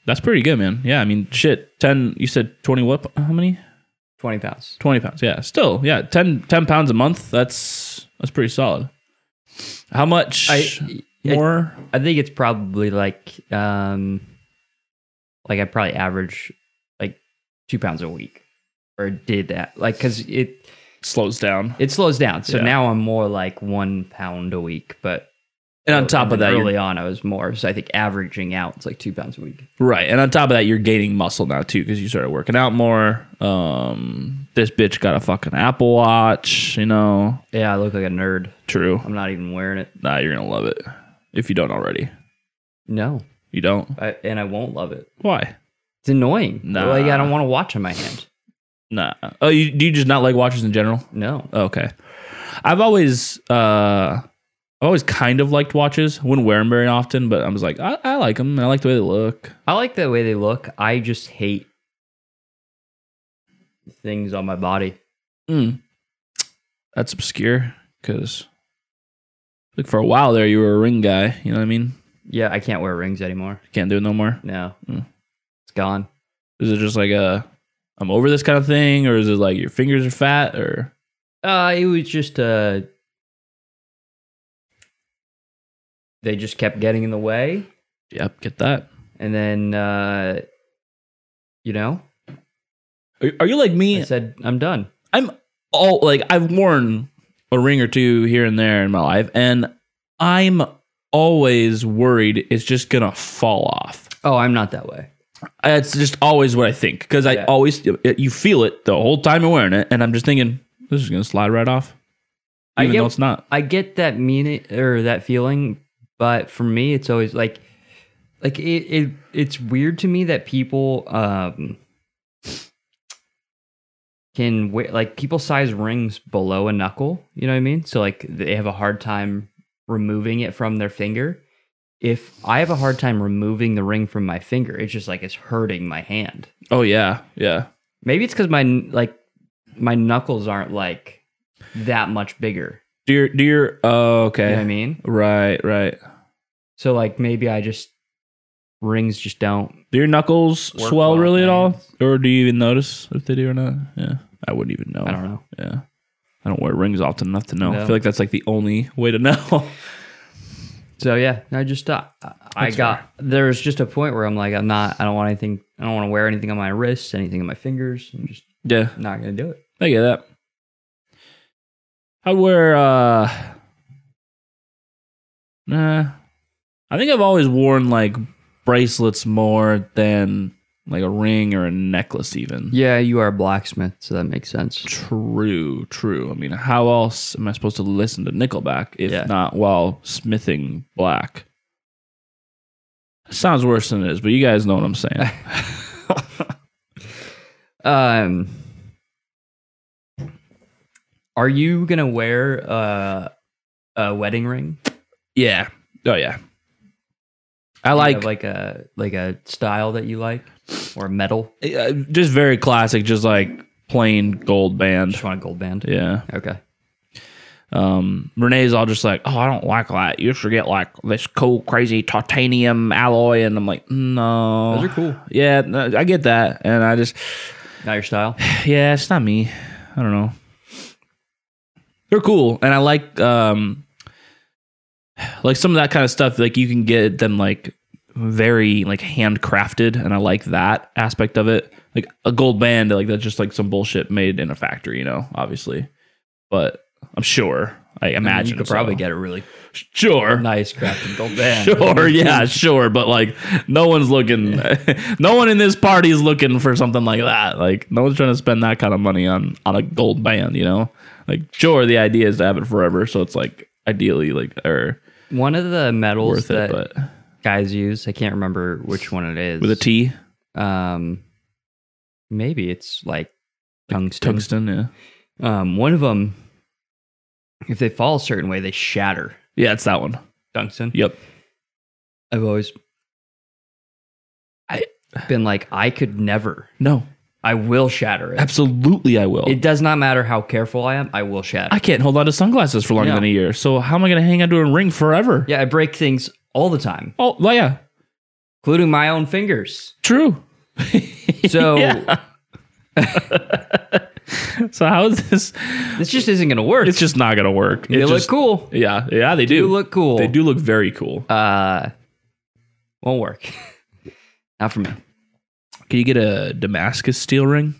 Speaker 2: that's pretty good, man. Yeah, I mean, shit, ten. You said twenty. What? How many?
Speaker 1: 20 pounds.
Speaker 2: 20 pounds yeah still yeah 10, 10 pounds a month that's that's pretty solid how much
Speaker 1: I- I-
Speaker 2: more
Speaker 1: I think it's probably like, um, like I probably average like two pounds a week or did that. Like, cause it,
Speaker 2: slows down
Speaker 1: it slows down. So
Speaker 2: Yeah.
Speaker 1: now I'm more like one pound a week. But
Speaker 2: and on top of that you're-
Speaker 1: early on, I was more. So I think averaging out, it's like two pounds a week.
Speaker 2: right and on top of that you're gaining muscle now too because you started working out more um this bitch got a fucking apple watch you know
Speaker 1: Yeah, I look like a nerd.
Speaker 2: true
Speaker 1: I'm not even wearing it.
Speaker 2: nah you're gonna love it if you don't already
Speaker 1: No,
Speaker 2: you don't
Speaker 1: I, and I won't love it.
Speaker 2: why
Speaker 1: It's annoying.
Speaker 2: Nah.
Speaker 1: Like I don't want to watch on my hand.
Speaker 2: nah oh you do you just not like watches in general Oh,
Speaker 1: No.
Speaker 2: Okay. I've always uh I've always kind of liked watches. Wouldn't wear them very often, but I was like, I, I like them. I like the way they look.
Speaker 1: I like the way they look. I just hate things on my body.
Speaker 2: Mm. That's obscure because like for a while there, you were a ring guy. You know what I mean?
Speaker 1: Yeah, I can't wear rings anymore.
Speaker 2: Can't do it no more.
Speaker 1: No.
Speaker 2: Mm.
Speaker 1: It's gone.
Speaker 2: Is it just like a I'm over this kind of thing, or is it like your fingers are fat, or
Speaker 1: Uh it was just uh they just kept getting in the way
Speaker 2: yep, get that?
Speaker 1: and then uh you know,
Speaker 2: Are, are you like me?
Speaker 1: I said I'm done.
Speaker 2: I'm all like I've worn a ring or two here and there in my life, and I'm always worried it's just gonna fall off.
Speaker 1: Oh, I'm not that way.
Speaker 2: That's just always what I think because I
Speaker 1: Yeah.
Speaker 2: always you feel it the whole time you're wearing it, and I'm just thinking this is gonna slide right off.
Speaker 1: I
Speaker 2: Even
Speaker 1: get-
Speaker 2: though it's not.
Speaker 1: I get that meaning or that feeling, but for me, it's always like, like it, it it's weird to me that people um can wear like people size rings below a knuckle. You know what I mean? So like they have a hard time removing it from their finger. If I have a hard time removing the ring from my finger, it's just like it's hurting my hand.
Speaker 2: Oh yeah, yeah.
Speaker 1: Maybe it's because my like my knuckles aren't like that much bigger.
Speaker 2: Do your do your oh okay
Speaker 1: You know what I mean?
Speaker 2: right right.
Speaker 1: So like maybe I just rings just don't.
Speaker 2: Do your knuckles
Speaker 1: Work
Speaker 2: swell
Speaker 1: well,
Speaker 2: really at all,
Speaker 1: thanks.
Speaker 2: or do you even notice if they do or not? Yeah, I wouldn't even know.
Speaker 1: I don't know.
Speaker 2: Yeah. I don't wear rings often enough to know. I
Speaker 1: No.
Speaker 2: feel like that's like the only way to know.
Speaker 1: So yeah, I just stopped. I- I
Speaker 2: That's
Speaker 1: got there was just a point where I'm like I'm not. I don't want anything. I don't want to wear anything on my wrists, anything on my fingers. I'm just
Speaker 2: yeah.
Speaker 1: not gonna do it.
Speaker 2: I get that. I wear uh Nah. I think I've always worn like bracelets more than like a ring or a necklace even.
Speaker 1: Yeah, you are a blacksmith, so that makes sense.
Speaker 2: True, true. I mean, how else am I supposed to listen to Nickelback if
Speaker 1: Yeah.
Speaker 2: not while smithing black? Sounds worse than it is, but you guys know what I'm saying.
Speaker 1: Um, are you gonna wear uh, a wedding ring?
Speaker 2: yeah. Oh yeah. I
Speaker 1: Do you
Speaker 2: like,
Speaker 1: have, like a like a style that you like or a medal?
Speaker 2: uh, just very classic, just like plain gold band.
Speaker 1: Just want a gold band.
Speaker 2: Yeah.
Speaker 1: Okay.
Speaker 2: Um, Renee's all just like, oh, I don't like that. You should get like this cool, crazy titanium alloy, and I'm like, no.
Speaker 1: Those are cool.
Speaker 2: Yeah, no, I get that, and I just.
Speaker 1: Not your style.
Speaker 2: yeah, it's not me. I don't know. They're cool, and I like um, like some of that kind of stuff. Like you can get them like very like handcrafted, and I like that aspect of it. Like a gold band, like that's just like some bullshit made in a factory, you know. Obviously, but I'm sure. I
Speaker 1: I mean,
Speaker 2: imagine
Speaker 1: you could probably
Speaker 2: so.
Speaker 1: get a really
Speaker 2: sure.
Speaker 1: nice crafted gold band.
Speaker 2: Sure, yeah, sure, but like no one's looking no one in this party is looking for something like that. Like no one's trying to spend that kind of money on on a gold band, you know? Like sure, the idea is to have it forever, so it's like ideally like or
Speaker 1: One of the medals
Speaker 2: worth
Speaker 1: that
Speaker 2: it, but
Speaker 1: guys use, I can't remember which one it is.
Speaker 2: with a T
Speaker 1: Um, maybe it's like tungsten.
Speaker 2: tungsten, yeah.
Speaker 1: Um, one of them, if they fall a certain way, they shatter.
Speaker 2: Yeah, it's that one.
Speaker 1: Tungsten.
Speaker 2: Yep.
Speaker 1: I've always
Speaker 2: I-
Speaker 1: been like, I could never
Speaker 2: No.
Speaker 1: I will shatter it.
Speaker 2: Absolutely, I will.
Speaker 1: It does not matter how careful I am. I will shatter.
Speaker 2: I can't hold on to sunglasses for longer
Speaker 1: No.
Speaker 2: than a year. So how am I going to hang on to a ring forever?
Speaker 1: yeah, I break things all the time,
Speaker 2: Oh, well, yeah.
Speaker 1: including my own fingers.
Speaker 2: True.
Speaker 1: So
Speaker 2: Yeah. So how is this?
Speaker 1: this just isn't going to work.
Speaker 2: It's just not going to work. It
Speaker 1: they look
Speaker 2: just-
Speaker 1: cool.
Speaker 2: Yeah, yeah, they do.
Speaker 1: You look cool.
Speaker 2: They do look very cool.
Speaker 1: Uh, won't work. not for me.
Speaker 2: Can you get a Damascus steel ring?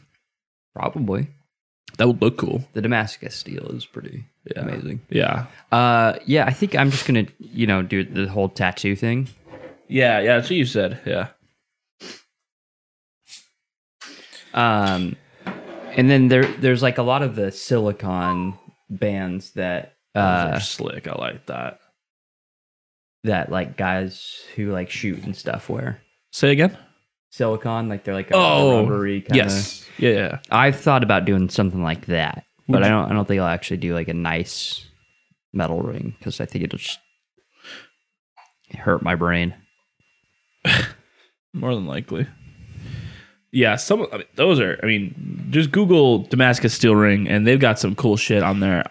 Speaker 1: Probably
Speaker 2: That would look cool.
Speaker 1: the Damascus steel is pretty amazing.
Speaker 2: Yeah.
Speaker 1: Uh, yeah, I think I'm just gonna you know do the whole tattoo thing.
Speaker 2: Yeah, yeah, that's what you said. Yeah.
Speaker 1: Um, and then there there's like a lot of the silicon bands that
Speaker 2: Those
Speaker 1: uh
Speaker 2: are slick. I like that.
Speaker 1: that like guys who like shoot and stuff wear
Speaker 2: Say again?
Speaker 1: silicon like they're like a
Speaker 2: Oh,
Speaker 1: rubbery kind
Speaker 2: Yes. Yeah, yeah.
Speaker 1: I've thought about doing something like that, but
Speaker 2: Would
Speaker 1: I don't I don't think I'll actually do like a nice metal ring because I think it'll just hurt my brain.
Speaker 2: More than likely. Yeah, some I mean, those are I mean, just Google Damascus steel ring and they've got some cool shit on there.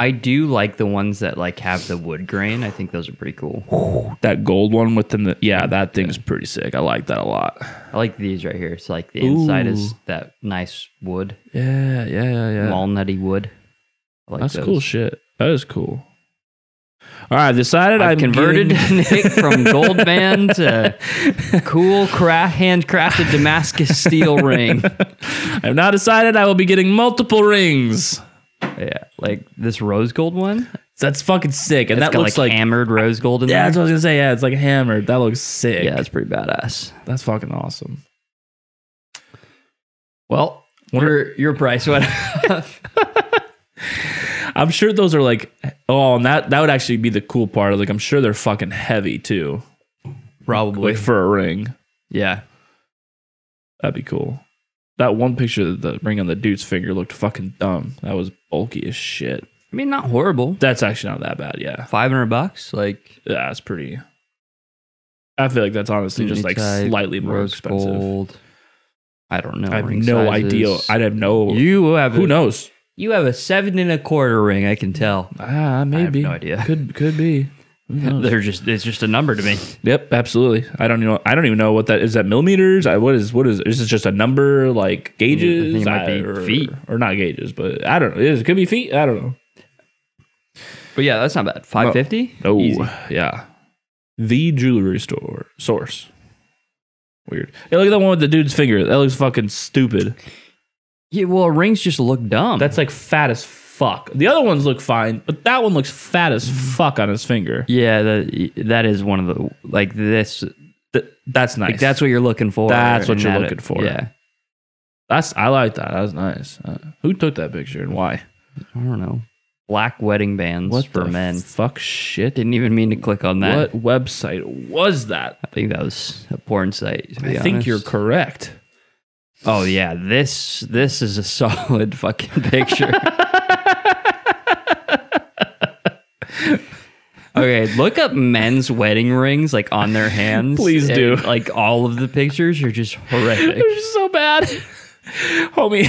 Speaker 1: I do like the ones that like have the wood grain. I think those are pretty cool.
Speaker 2: That gold one within the Yeah, that thing's pretty sick. I like that a lot.
Speaker 1: I like these right here. It's like the inside is
Speaker 2: Ooh.
Speaker 1: that nice wood,
Speaker 2: Yeah, yeah, yeah, yeah.
Speaker 1: walnutty wood. I like
Speaker 2: That's
Speaker 1: those.
Speaker 2: cool shit. That is cool. All right, I've decided
Speaker 1: I've
Speaker 2: I've
Speaker 1: converted
Speaker 2: getting-
Speaker 1: Nick from gold band to cool cra- handcrafted Damascus steel ring.
Speaker 2: I've now decided I will be getting multiple rings.
Speaker 1: Yeah, like this rose gold one.
Speaker 2: That's fucking sick. And
Speaker 1: It's
Speaker 2: that
Speaker 1: got
Speaker 2: looks like,
Speaker 1: hammered rose gold in
Speaker 2: yeah,
Speaker 1: there.
Speaker 2: that's what I was gonna say. Yeah, it's like hammered. That looks sick.
Speaker 1: Yeah, it's pretty badass.
Speaker 2: that's fucking awesome.
Speaker 1: Well, your your price went up.
Speaker 2: I'm sure those are like oh, and that that would actually be the cool part. Like I'm sure they're fucking heavy too.
Speaker 1: probably.
Speaker 2: Like for a ring,
Speaker 1: Yeah,
Speaker 2: that'd be cool. That one picture, of the ring on the dude's finger looked fucking dumb. That was bulky as shit.
Speaker 1: I mean, not horrible.
Speaker 2: That's actually not that bad. Yeah,
Speaker 1: Five hundred bucks, like
Speaker 2: yeah, that's pretty. I feel like that's honestly just like
Speaker 1: inside
Speaker 2: slightly more
Speaker 1: rose
Speaker 2: expensive.
Speaker 1: gold. I don't know.
Speaker 2: I have
Speaker 1: ring
Speaker 2: no
Speaker 1: sizes.
Speaker 2: idea. I have no.
Speaker 1: You have
Speaker 2: who
Speaker 1: a,
Speaker 2: knows?
Speaker 1: You have a seven and a quarter ring. I can tell.
Speaker 2: Ah, maybe.
Speaker 1: no idea.
Speaker 2: Could could be. Who knows?
Speaker 1: They're just it's just a number to me.
Speaker 2: Yep, absolutely. I don't know. I don't even know what that is. That millimeters. I what is what is? Is this just a number like gauges?
Speaker 1: think it might be
Speaker 2: or,
Speaker 1: feet.
Speaker 2: or not gauges, but I don't know. It, is, it could be feet. I don't know.
Speaker 1: But yeah, that's not bad. Five fifty.
Speaker 2: Oh yeah, the jewelry store source. Weird. Hey, look at that one with the dude's finger. That looks fucking stupid.
Speaker 1: Yeah, well, rings just look dumb.
Speaker 2: That's like fat as fuck. The other ones look fine, but that one looks fat as fuck on his finger.
Speaker 1: yeah. That that is one of the like this.
Speaker 2: Th- that's nice.
Speaker 1: Like that's what you're looking for.
Speaker 2: That's what
Speaker 1: and
Speaker 2: you're
Speaker 1: that-
Speaker 2: looking for.
Speaker 1: Yeah.
Speaker 2: that's I like that. That was nice. Uh, who took that picture and why?
Speaker 1: I don't know. Black wedding bands for
Speaker 2: the
Speaker 1: men.
Speaker 2: Fuck shit.
Speaker 1: Didn't even mean to click on that.
Speaker 2: What website was that?
Speaker 1: I think that was a porn site. to
Speaker 2: I
Speaker 1: be
Speaker 2: think you're
Speaker 1: honest.
Speaker 2: correct.
Speaker 1: Oh yeah, this this is a solid fucking picture. okay, look up men's wedding rings like on their hands.
Speaker 2: Please do.
Speaker 1: and, Like all of the pictures are just horrific.
Speaker 2: They're so bad. Homie,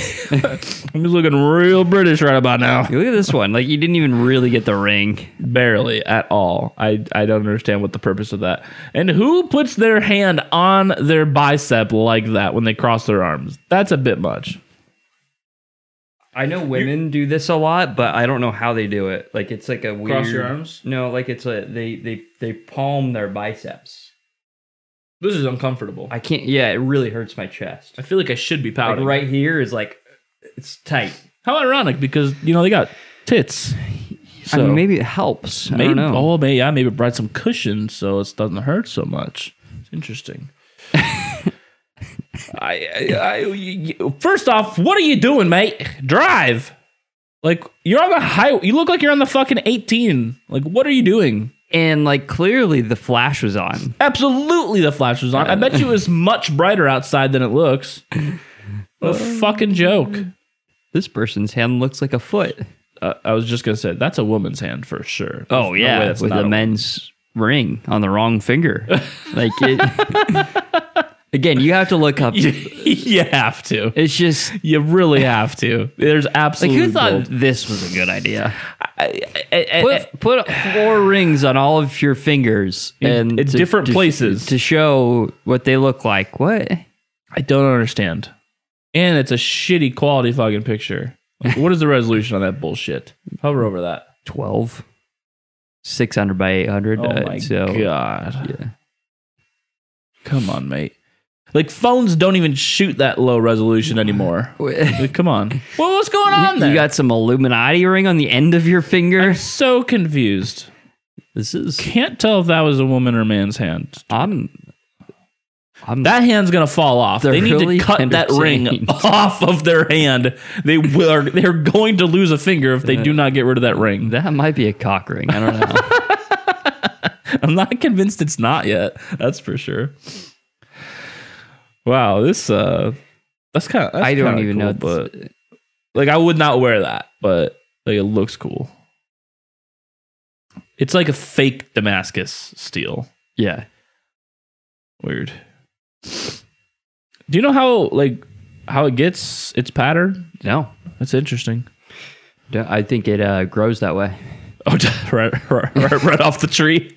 Speaker 2: I'm just looking real British right about now.
Speaker 1: Look at this one. Like you didn't even really get the ring.
Speaker 2: Barely at all. I, I don't understand what the purpose of that. And who puts their hand on their bicep like that when they cross their arms? That's a bit much.
Speaker 1: I know women do this a lot, but I don't know how they do it. Like it's like a weird
Speaker 2: Cross your arms?
Speaker 1: No, like it's a they they they palm their biceps.
Speaker 2: This is uncomfortable. I,
Speaker 1: I can't. Yeah, it really hurts my chest.
Speaker 2: I feel like I should be
Speaker 1: Like
Speaker 2: pouting.
Speaker 1: right here is like it's tight.
Speaker 2: How ironic because you know they got tits. So
Speaker 1: I mean, maybe it helps. I
Speaker 2: maybe
Speaker 1: don't know.
Speaker 2: oh maybe yeah maybe it brought some cushion so it doesn't hurt so much. It's interesting. I, I, I y- y- first off, what are you doing, mate? Drive. Like you're on the highway. You look like you're on the fucking 18. Like what are you doing?
Speaker 1: and like clearly the flash was on.
Speaker 2: Absolutely, the flash was on. I bet you it was much brighter outside than it looks.
Speaker 1: Uh,
Speaker 2: What a fucking joke.
Speaker 1: This person's hand looks like a foot.
Speaker 2: Uh, I was just gonna say that's a woman's hand for sure. There's no
Speaker 1: Oh
Speaker 2: way
Speaker 1: yeah,
Speaker 2: that's
Speaker 1: with
Speaker 2: not
Speaker 1: a men's ring on the wrong finger. like it, Again, you have to look up.
Speaker 2: you have to.
Speaker 1: It's just
Speaker 2: You really have to. There's
Speaker 1: like
Speaker 2: absolutely
Speaker 1: who thought
Speaker 2: gold.
Speaker 1: this was a good idea?
Speaker 2: I- I- I-
Speaker 1: Put put four rings on all of your fingers and
Speaker 2: in different places.
Speaker 1: to show what they look like. What?
Speaker 2: I don't understand. And it's a shitty quality fucking picture. Like, what is the resolution on that bullshit? Hover over that.
Speaker 1: 12 600 by 800
Speaker 2: Oh
Speaker 1: uh,
Speaker 2: my
Speaker 1: so
Speaker 2: god.
Speaker 1: yeah.
Speaker 2: Come on, mate. Like phones don't even shoot that low resolution anymore. Like, come on. Well, what's going on there?
Speaker 1: you got some illuminati ring on the end of your finger
Speaker 2: I'm so confused.
Speaker 1: this is
Speaker 2: Can't tell if that was a woman or man's hand.
Speaker 1: i'm i'm
Speaker 2: That hand's gonna fall off.
Speaker 1: They're
Speaker 2: they need
Speaker 1: really
Speaker 2: to cut that ring
Speaker 1: entertained.
Speaker 2: off of their hand. They will. Are, they're going to lose a finger if they do not get rid of that ring.
Speaker 1: that might be a cock ring i don't know
Speaker 2: I'm not convinced it's not yet. That's for sure. Wow, this uh, that's kind of.
Speaker 1: i don't even know
Speaker 2: but like I would not wear that, but like it looks cool. It's like a fake Damascus steel.
Speaker 1: yeah
Speaker 2: Weird. Do you know how like how it gets its pattern?
Speaker 1: no
Speaker 2: That's interesting.
Speaker 1: Don't- i think it uh, grows that way
Speaker 2: Oh, right, right, right, right off the tree.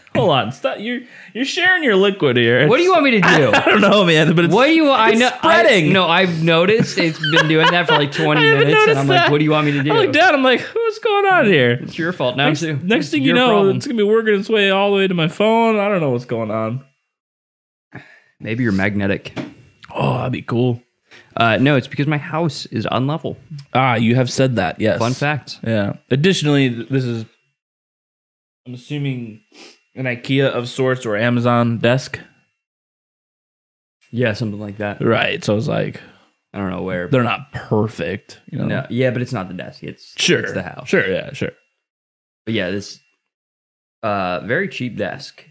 Speaker 2: Hold on, stop. You're you're sharing your liquid here.
Speaker 1: what do you want me to do
Speaker 2: I don't know, man. But it's,
Speaker 1: what do you i
Speaker 2: it's
Speaker 1: know
Speaker 2: spreading.
Speaker 1: I, no i've noticed it's been doing that for like 20
Speaker 2: I haven't
Speaker 1: minutes and i'm
Speaker 2: noticed
Speaker 1: like
Speaker 2: that.
Speaker 1: what do you want me to do
Speaker 2: I look down. I'm like, what's going on here?
Speaker 1: it's your fault now
Speaker 2: Next,
Speaker 1: too
Speaker 2: next
Speaker 1: It's
Speaker 2: thing you
Speaker 1: your
Speaker 2: know,
Speaker 1: problem.
Speaker 2: it's gonna be working its way all the way to my phone. I don't know what's going on.
Speaker 1: maybe you're magnetic
Speaker 2: Oh, that'd be cool.
Speaker 1: uh, no it's because my house is unlevel
Speaker 2: Ah, you have said that. Yes.
Speaker 1: fun fact
Speaker 2: Yeah. Additionally, th- this is, I'm assuming, an IKEA of sorts or Amazon desk.
Speaker 1: Yeah, something like that.
Speaker 2: Right. So I was like,
Speaker 1: I don't know where.
Speaker 2: they're not perfect. You know.
Speaker 1: No, yeah, but it's not the desk. It's
Speaker 2: Sure.
Speaker 1: it's the house.
Speaker 2: Sure. Yeah. Sure.
Speaker 1: But yeah, this uh very cheap desk.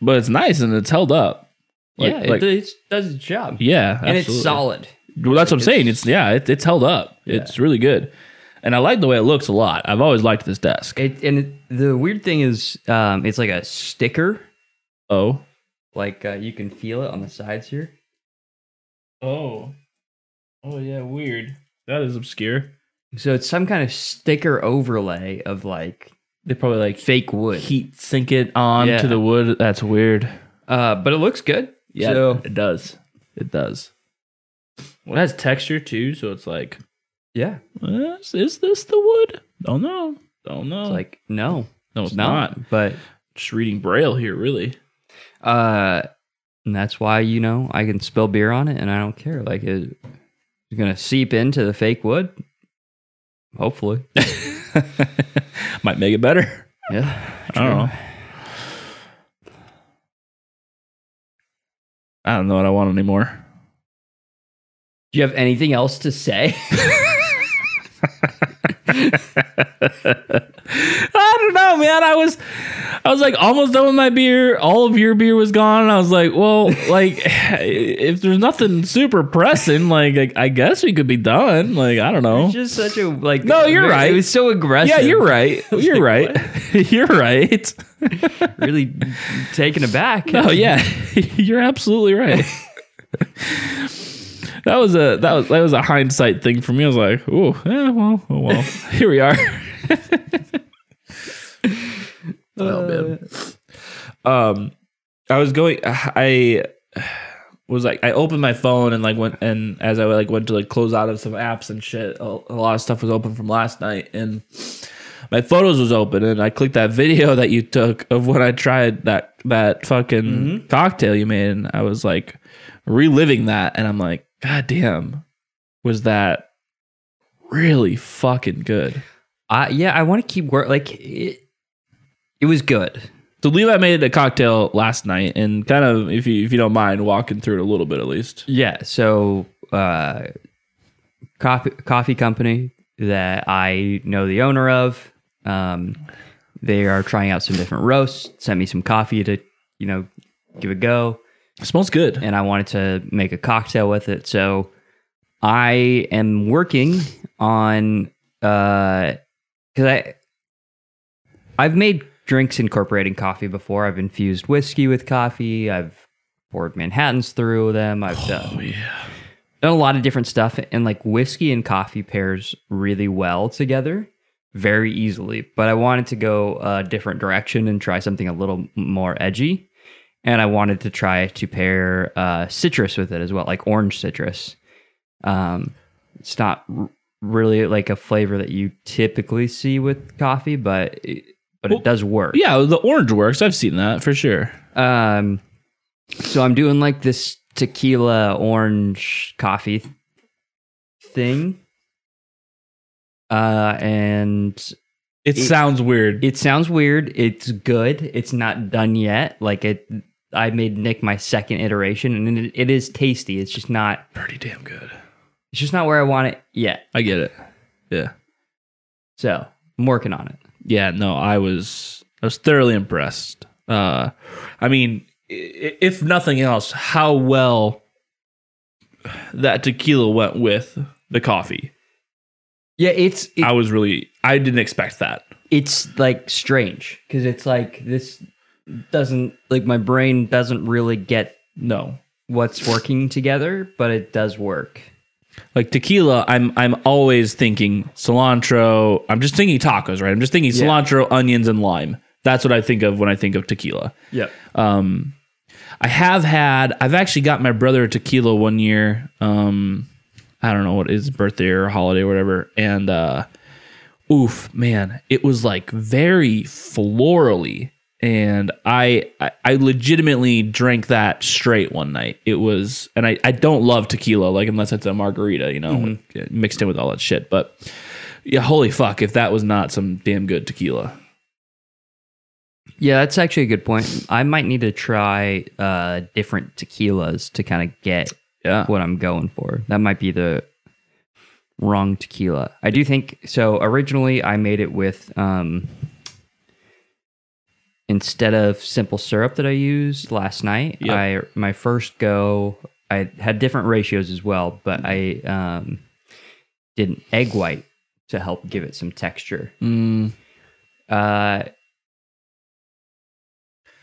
Speaker 2: But it's nice and it's held up. Like-
Speaker 1: yeah,
Speaker 2: like-
Speaker 1: it, it does its job,
Speaker 2: yeah.
Speaker 1: and
Speaker 2: absolutely.
Speaker 1: it's solid.
Speaker 2: Well, that's what I'm
Speaker 1: It's-
Speaker 2: saying. It's yeah. It, it's held up. It's really good. And I like the way it looks a lot. I've always liked this desk.
Speaker 1: It and it, the weird thing is, um, it's like a sticker.
Speaker 2: Oh.
Speaker 1: Like uh, you can feel it on the sides here.
Speaker 2: Oh. Oh yeah. Weird. That is obscure.
Speaker 1: So it's some kind of sticker overlay of like
Speaker 2: They probably like
Speaker 1: fake wood.
Speaker 2: heat sink it on
Speaker 1: Yeah.
Speaker 2: to the wood. That's weird.
Speaker 1: Uh, but it looks good.
Speaker 2: Yeah,
Speaker 1: So,
Speaker 2: it does. It does. Well, it has texture too, so it's like,
Speaker 1: yeah.
Speaker 2: is, is this the wood? Don't know. Don't know.
Speaker 1: It's like no,
Speaker 2: no, Oh. it's not.
Speaker 1: But
Speaker 2: Just reading braille here, really.
Speaker 1: Uh, and that's why you know I can spill beer on it, and I don't care. Like it, it's gonna seep into the fake wood. Hopefully,
Speaker 2: Might make it better.
Speaker 1: yeah.
Speaker 2: I don't know. I don't know what I want anymore.
Speaker 1: Do you have anything else to say?
Speaker 2: I don't know, man. I was, I was like almost done with my beer. All of your beer was gone, and I was like, well, like if there's nothing super pressing, like, like, I guess we could be done. Like I don't know.
Speaker 1: It's just such a like.
Speaker 2: No, you're
Speaker 1: very-
Speaker 2: right.
Speaker 1: It was so aggressive.
Speaker 2: Yeah, you're right. You're
Speaker 1: like,
Speaker 2: right. you're right.
Speaker 1: Really taken aback.
Speaker 2: Oh yeah, you're absolutely right. that was a that was that was a hindsight thing for me. I was like, oh, yeah, well, oh well, here we are. oh man. Um, I was going. I was like, I opened my phone and like went and as I like went to like close out of some apps and shit. A, a lot of stuff was open from last night and. My photos was open and I clicked that video that you took of when I tried that that fucking
Speaker 1: Mm-hmm.
Speaker 2: cocktail you made and I was like reliving that and I'm like, God damn, was that really fucking good.
Speaker 1: I, yeah, I want to keep work. Like it, it was good.
Speaker 2: So Levi made a cocktail last night, and kind of, if you if you don't mind, walking through it a little bit at least.
Speaker 1: Yeah. So, uh, coffee coffee company that I know the owner of. Um, they are trying out some different roasts. Sent me some coffee to, you know, give a go,
Speaker 2: It smells good.
Speaker 1: and I wanted to make a cocktail with it. So, I am working on because I I've made drinks incorporating coffee before. I've infused whiskey with coffee. I've poured Manhattans through them. I've done, done a lot of different stuff. And like whiskey and coffee pairs really well together very easily. But I wanted to go a different direction and try something a little more edgy. And I wanted to try to pair uh, citrus with it as well, like orange citrus. Um, it's not r- really like a flavor that you typically see with coffee, but it, but
Speaker 2: Well,
Speaker 1: it does work.
Speaker 2: Yeah, the orange works. I've seen that for sure.
Speaker 1: Um, so I'm doing like this tequila orange coffee th- thing. Uh, and
Speaker 2: It,
Speaker 1: It-
Speaker 2: sounds weird.
Speaker 1: it sounds weird. It's good. It's not done yet. Like it, I made Nick my second iteration, and it, it is tasty. It's just not.
Speaker 2: pretty damn good.
Speaker 1: It's just not where I want it yet.
Speaker 2: I get it. Yeah.
Speaker 1: So I'm working on it.
Speaker 2: yeah no i was i was thoroughly impressed uh i mean i- i- if nothing else how well that tequila went with the coffee
Speaker 1: Yeah, it's it,
Speaker 2: i was really i didn't expect that
Speaker 1: it's like strange because it's like this doesn't like my brain doesn't really get
Speaker 2: no
Speaker 1: what's working together, but it does work.
Speaker 2: like tequila i'm i'm always thinking cilantro i'm just thinking tacos right i'm just thinking
Speaker 1: Yeah.
Speaker 2: cilantro onions and lime that's what i think of when i think of tequila
Speaker 1: Yep.
Speaker 2: Um, I have had. I've actually got my brother a tequila one year. Um, I don't know what his birthday or holiday or whatever. And uh, oof, man, it was like very florally, and I, I I legitimately drank that straight one night. It was, and I I don't love tequila like unless it's a margarita, you know, mixed in with all that shit. But yeah, holy fuck, if that was not some damn good tequila.
Speaker 1: Yeah, that's actually a good point. I might need to try uh different tequilas to kind of get
Speaker 2: Yeah.
Speaker 1: what I'm going for. That might be the wrong tequila. I do think so. Originally, I made it with um, instead of simple syrup that I used last night.
Speaker 2: Yep.
Speaker 1: I my first go, I had different ratios as well, but I um, did an egg white to help give it some texture.
Speaker 2: Mm,
Speaker 1: Uh,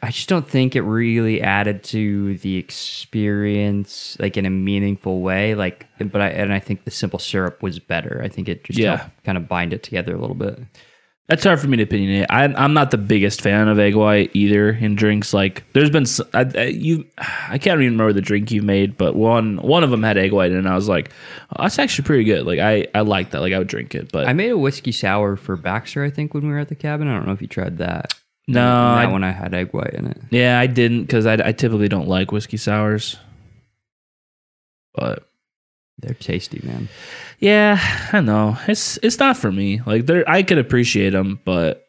Speaker 1: I just don't think it really added to the experience like in a meaningful way. Like, but I and I think the simple syrup was better. I think it just
Speaker 2: Yeah.
Speaker 1: helped kind of bind it together a little bit.
Speaker 2: That's hard for me to opinionate. I, I'm not the biggest fan of egg white either in drinks. Like, there's been s I I you, I can't even remember the drink you made, but one one of them had egg white, in it, and I was like, oh, that's actually pretty good. Like, I I like that. Like, I would drink it, but
Speaker 1: I made a whiskey sour for Baxter, I think, when we were at the cabin. I don't know if you tried that.
Speaker 2: no,
Speaker 1: that
Speaker 2: I,
Speaker 1: one I had egg white in it.
Speaker 2: yeah, I didn't because I I typically don't like whiskey sours. But
Speaker 1: They're tasty, man.
Speaker 2: Yeah, I know. It's it's not for me. Like there I could appreciate them, but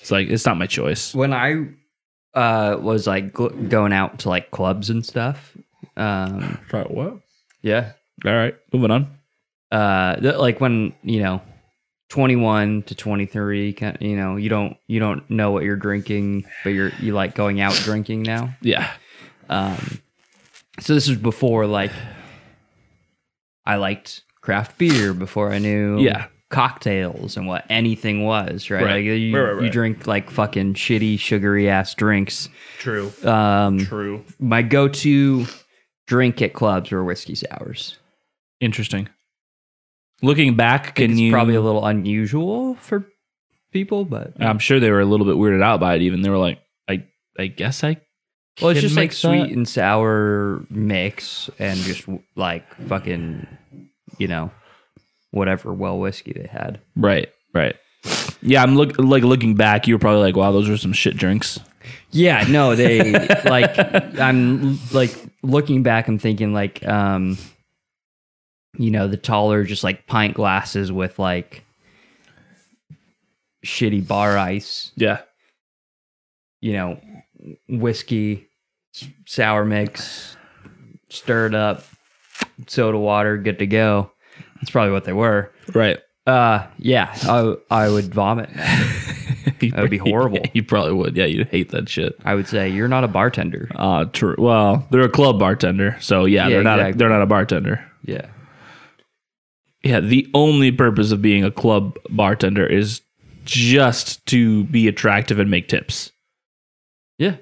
Speaker 2: it's like it's not my choice.
Speaker 1: When I uh, was like gl- going out to like clubs and stuff, um,
Speaker 2: Try what?
Speaker 1: yeah,
Speaker 2: All right, moving on.
Speaker 1: uh th- like when you know 21 to 23 kind you know you don't you don't know what you're drinking but you're you like going out drinking now
Speaker 2: Yeah.
Speaker 1: um so this was before like i liked craft beer before i knew
Speaker 2: Yeah.
Speaker 1: cocktails and what anything was right,
Speaker 2: Right.
Speaker 1: like you,
Speaker 2: Right, right, right.
Speaker 1: you drink like fucking shitty sugary ass drinks
Speaker 2: True.
Speaker 1: um
Speaker 2: True.
Speaker 1: my go-to drink at clubs were whiskey sours
Speaker 2: Interesting. Looking back, can
Speaker 1: it's
Speaker 2: you?
Speaker 1: probably a little unusual for people, but
Speaker 2: I'm sure they were a little bit weirded out by it. Even they were like, "I, I guess I."
Speaker 1: well, it's
Speaker 2: can
Speaker 1: just like
Speaker 2: make that.
Speaker 1: sweet and sour mix, and just like fucking, you know, whatever well whiskey they had.
Speaker 2: Right. Right. Yeah, I'm look like looking back. You were probably like, "Wow, those were some shit drinks."
Speaker 1: Yeah, no, they like I'm like looking back, I'm thinking like, um, you know, the taller just like pint glasses with like shitty bar ice
Speaker 2: Yeah.
Speaker 1: you know, whiskey, s- sour mix, stirred up, soda water, good to go. That's probably what they were.
Speaker 2: Right.
Speaker 1: Uh, yeah, I I would vomit.
Speaker 2: that
Speaker 1: would be horrible.
Speaker 2: You probably would. Yeah, you'd hate that shit.
Speaker 1: I would say you're not a bartender.
Speaker 2: Uh, true. Well, they're a club bartender, so yeah,
Speaker 1: Yeah,
Speaker 2: they're not. A,
Speaker 1: exactly.
Speaker 2: they're not a bartender.
Speaker 1: Yeah,
Speaker 2: Yeah, the only purpose of being a club bartender is just to be attractive and make tips.
Speaker 1: Yeah.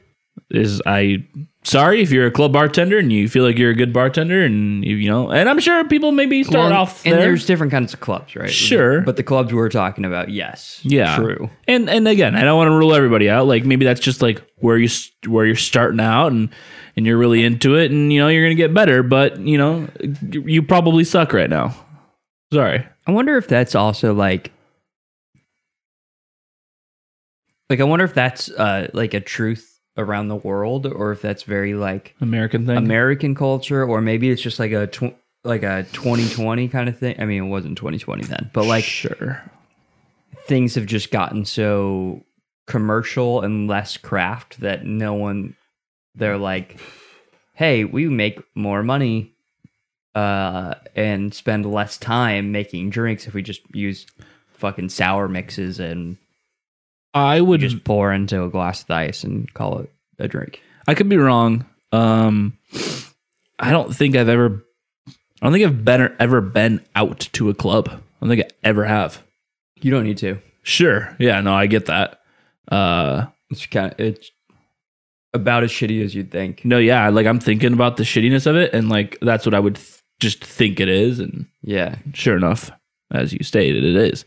Speaker 2: Is I sorry if you're a club bartender and you feel like you're a good bartender and you, you know, and I'm sure people maybe start
Speaker 1: Well,
Speaker 2: off
Speaker 1: and
Speaker 2: there.
Speaker 1: there's different kinds of clubs, right?
Speaker 2: Sure.
Speaker 1: But the clubs we're talking about, yes.
Speaker 2: Yeah.
Speaker 1: True.
Speaker 2: And and again, I don't want to rule everybody out. Like maybe that's just like where you s- where you're starting out and and you're really into it and you know you're going to get better, but you know, you you probably suck right now. Sorry.
Speaker 1: I wonder if that's also like like I wonder if that's uh like a truth around the world or if that's very like
Speaker 2: American thing.
Speaker 1: American culture or maybe it's just like a tw- like a 2020 kind of thing. I mean, it wasn't 2020 then, but like
Speaker 2: sure.
Speaker 1: things have just gotten so commercial and less craft that no one they're like hey we make more money uh and spend less time making drinks if we just use fucking sour mixes and
Speaker 2: I would
Speaker 1: just pour into a glass of ice and call it a drink
Speaker 2: I could be wrong. Um, I don't think I've ever. I don't think I've been ever been out to a club. I don't think I ever have.
Speaker 1: you don't need to
Speaker 2: Sure. Yeah. No, I get that. Uh,
Speaker 1: it's kind of it's about as shitty as you'd think
Speaker 2: no. Yeah. Like I'm thinking about the shittiness of it, and like that's what I would th- just think it is, and
Speaker 1: yeah
Speaker 2: sure enough, as you stated, it is.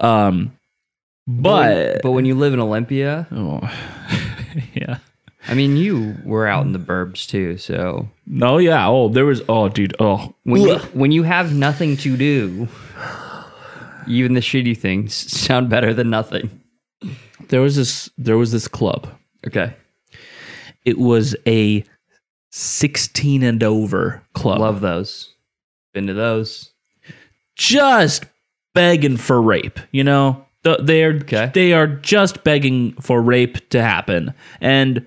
Speaker 2: Um,
Speaker 1: but
Speaker 2: but
Speaker 1: but when you live in olympia
Speaker 2: oh, yeah.
Speaker 1: i mean you were out in the burbs too so
Speaker 2: No. Yeah. Oh, there was. Oh, dude. Oh.
Speaker 1: when you,
Speaker 2: Ugh.
Speaker 1: when you have nothing to do, even the shitty things sound better than nothing.
Speaker 2: There was this. There was this club.
Speaker 1: Okay,
Speaker 2: it was a 16 and over club.
Speaker 1: love those. Been to those.
Speaker 2: Just begging for rape, you know? Th- They are
Speaker 1: Okay.
Speaker 2: they are just begging for rape to happen. And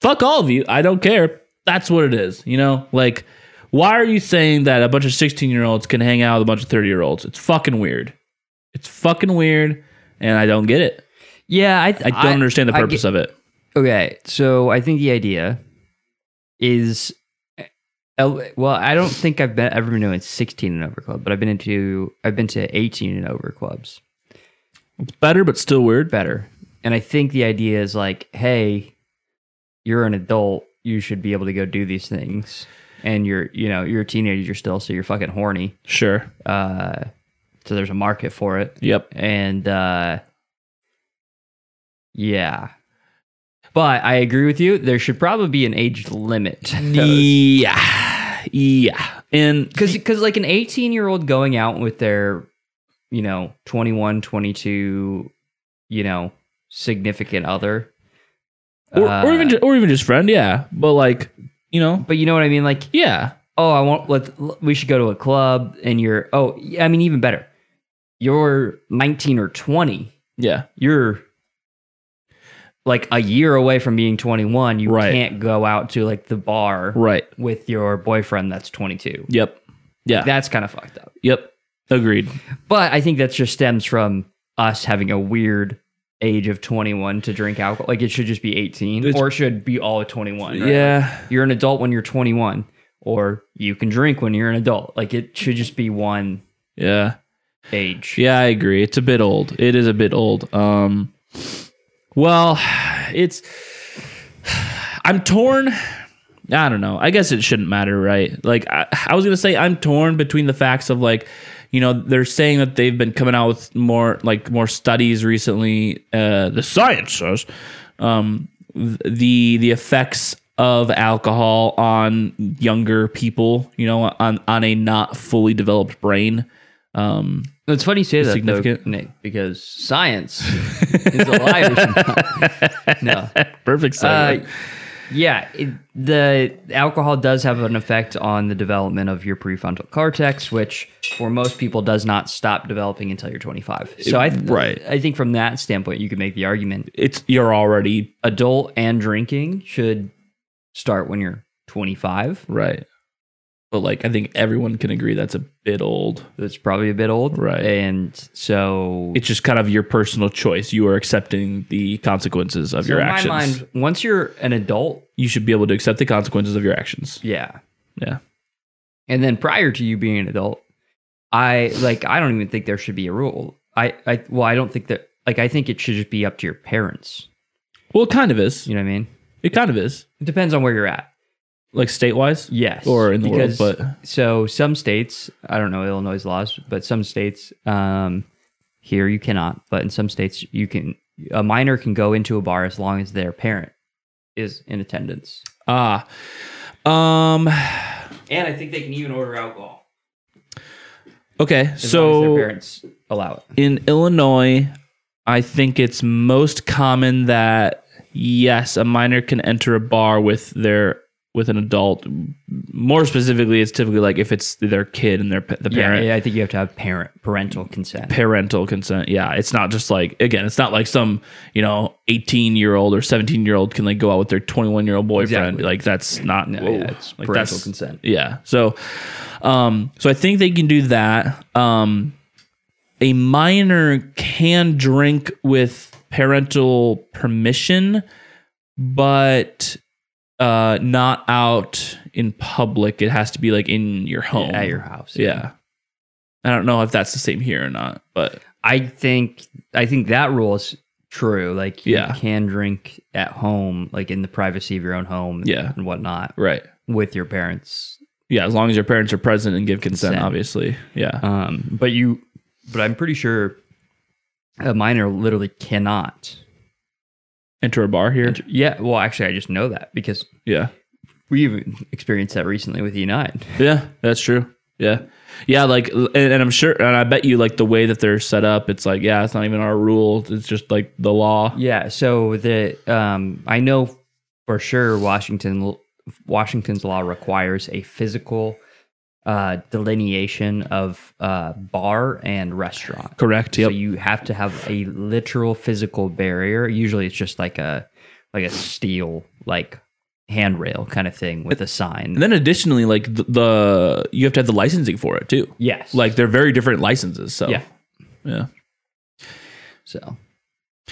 Speaker 2: fuck all of you, I don't care. That's what it is, you know? Like why are you saying that a bunch of 16-year-olds can hang out with a bunch of 30-year-olds? It's fucking weird. It's fucking weird and I don't get it.
Speaker 1: Yeah, I
Speaker 2: I don't understand the purpose of it.
Speaker 1: okay, so I think the idea is, uh, well, I don't think I've been, ever been to a sixteen and over club, but I've been into I've been to eighteen and over clubs.
Speaker 2: Better but still weird.
Speaker 1: better. And I think the idea is like, hey, you're an adult, you should be able to go do these things. And you're, you know, you're a teenager still, so you're fucking horny.
Speaker 2: Sure.
Speaker 1: Uh, so there's a market for it.
Speaker 2: Yep.
Speaker 1: And uh, yeah. But I agree with you. There should probably be an age limit.
Speaker 2: Yeah. Yeah. And
Speaker 1: Because, because like an 18 year old going out with their, you know, 21, 22, you know, significant other.
Speaker 2: or, or
Speaker 1: Uh,
Speaker 2: even ju- or even just friend, yeah. But like, you know,
Speaker 1: But you know what I mean? Like,
Speaker 2: yeah,
Speaker 1: oh, I want let we should go to a club and you're oh, yeah, I mean even better. You're 19 or 20.
Speaker 2: yeah,
Speaker 1: You're like a year away from being 21. You
Speaker 2: Right.
Speaker 1: can't go out to like the bar
Speaker 2: right,
Speaker 1: with your boyfriend that's 22.
Speaker 2: yep, yeah,
Speaker 1: That's kind of fucked up.
Speaker 2: yep, agreed.
Speaker 1: But I think that just stems from us having a weird age of 21 to drink alcohol. Like it should just be 18
Speaker 2: It's-
Speaker 1: or it should be all at 21. right?
Speaker 2: Yeah,
Speaker 1: you're an adult when you're 21 or you can drink when you're an adult like it should just be one
Speaker 2: yeah,
Speaker 1: age
Speaker 2: yeah, I agree. It's a bit old. It is a bit old. Um, well, it's I'm torn. I don't know. I guess it shouldn't matter, right? Like I, I was gonna say, I'm torn between the facts of like, you know, they're saying that they've been coming out with more like more studies recently. Uh, the science says, um, th- the the effects of alcohol on younger people, you know, on on a not fully developed brain. Um,
Speaker 1: it's funny you say that
Speaker 2: Significant.
Speaker 1: though, Nick, because science is a liar sometimes. no
Speaker 2: perfect.
Speaker 1: uh,
Speaker 2: segue.
Speaker 1: yeah it- the alcohol does have an effect on the development of your prefrontal cortex which for most people does not stop developing until you're 25 so i th-
Speaker 2: right.
Speaker 1: i think from that standpoint you could make the argument
Speaker 2: it's you're already
Speaker 1: adult and drinking should start when you're 25
Speaker 2: right, but like I think everyone can agree that's a bit old.
Speaker 1: that's probably a bit old.
Speaker 2: Right.
Speaker 1: And so,
Speaker 2: It's just kind of your personal choice. You are accepting the consequences of
Speaker 1: so
Speaker 2: your
Speaker 1: in
Speaker 2: actions.
Speaker 1: my mind, once you're an adult,
Speaker 2: you should be able to accept the consequences of your actions.
Speaker 1: yeah.
Speaker 2: Yeah.
Speaker 1: And then prior to you being an adult, I like I don't even think there should be a rule. I, I well, I don't think that like I think it should just be up to your parents.
Speaker 2: Well, it kind of is.
Speaker 1: You know what I mean?
Speaker 2: It kind of is.
Speaker 1: It depends on where you're at.
Speaker 2: Like state wise?
Speaker 1: Yes.
Speaker 2: Or in the world,
Speaker 1: because-
Speaker 2: but-
Speaker 1: so some states, I don't know Illinois laws, but some states um here you cannot, but in some states you can a minor can go into a bar as long as their parent is in attendance.
Speaker 2: Ah. Um
Speaker 1: And I think they can even order alcohol. As
Speaker 2: okay.
Speaker 1: long as their
Speaker 2: so
Speaker 1: parents allow it.
Speaker 2: in Illinois, I think it's most common that yes, a minor can enter a bar with their with an adult. More specifically, it's typically like if it's their kid and their pa- the
Speaker 1: Yeah,
Speaker 2: parent.
Speaker 1: I think you have to have parent parental consent.
Speaker 2: parental consent. Yeah, it's not just like again, it's not like some you know eighteen year old or seventeen year old can like go out with their twenty one year old boyfriend.
Speaker 1: Exactly.
Speaker 2: Like that's not
Speaker 1: No,
Speaker 2: whoa.
Speaker 1: yeah, it's
Speaker 2: like
Speaker 1: parental
Speaker 2: that's-
Speaker 1: consent.
Speaker 2: Yeah, so um, so I think they can do that. Um, a minor can drink with parental permission, but uh, not out in public. It has to be like in your home
Speaker 1: At your house.
Speaker 2: yeah. I don't know if that's the same here or not, but
Speaker 1: I think I think that rule is true. Like you
Speaker 2: Yeah.
Speaker 1: can drink at home, like in the privacy of your own home
Speaker 2: Yeah.
Speaker 1: and whatnot
Speaker 2: right.
Speaker 1: with your parents.
Speaker 2: Yeah, as long as your parents are present and give consent,
Speaker 1: Consent.
Speaker 2: obviously. Yeah.
Speaker 1: Um but you but I'm pretty sure a minor literally cannot.
Speaker 2: Enter a bar here.
Speaker 1: enter- Yeah, well actually I just know that because
Speaker 2: Yeah.
Speaker 1: we even experienced that recently with E9.
Speaker 2: Yeah, that's true. Yeah. Yeah, like and, and I'm sure and I bet you like the way that they're set up, it's like, yeah, it's not even our rule. It's just like the law.
Speaker 1: Yeah, so the um I know for sure Washington Washington's law requires a physical uh delineation of uh bar and restaurant.
Speaker 2: Correct.
Speaker 1: So
Speaker 2: Yep.
Speaker 1: you have to have a literal physical barrier. Usually it's just like a like a steel like handrail kind of thing with a sign.
Speaker 2: and then additionally, like the, the you have to have the licensing for it too.
Speaker 1: Yes.
Speaker 2: Like they're very different licenses. So
Speaker 1: Yeah.
Speaker 2: Yeah.
Speaker 1: so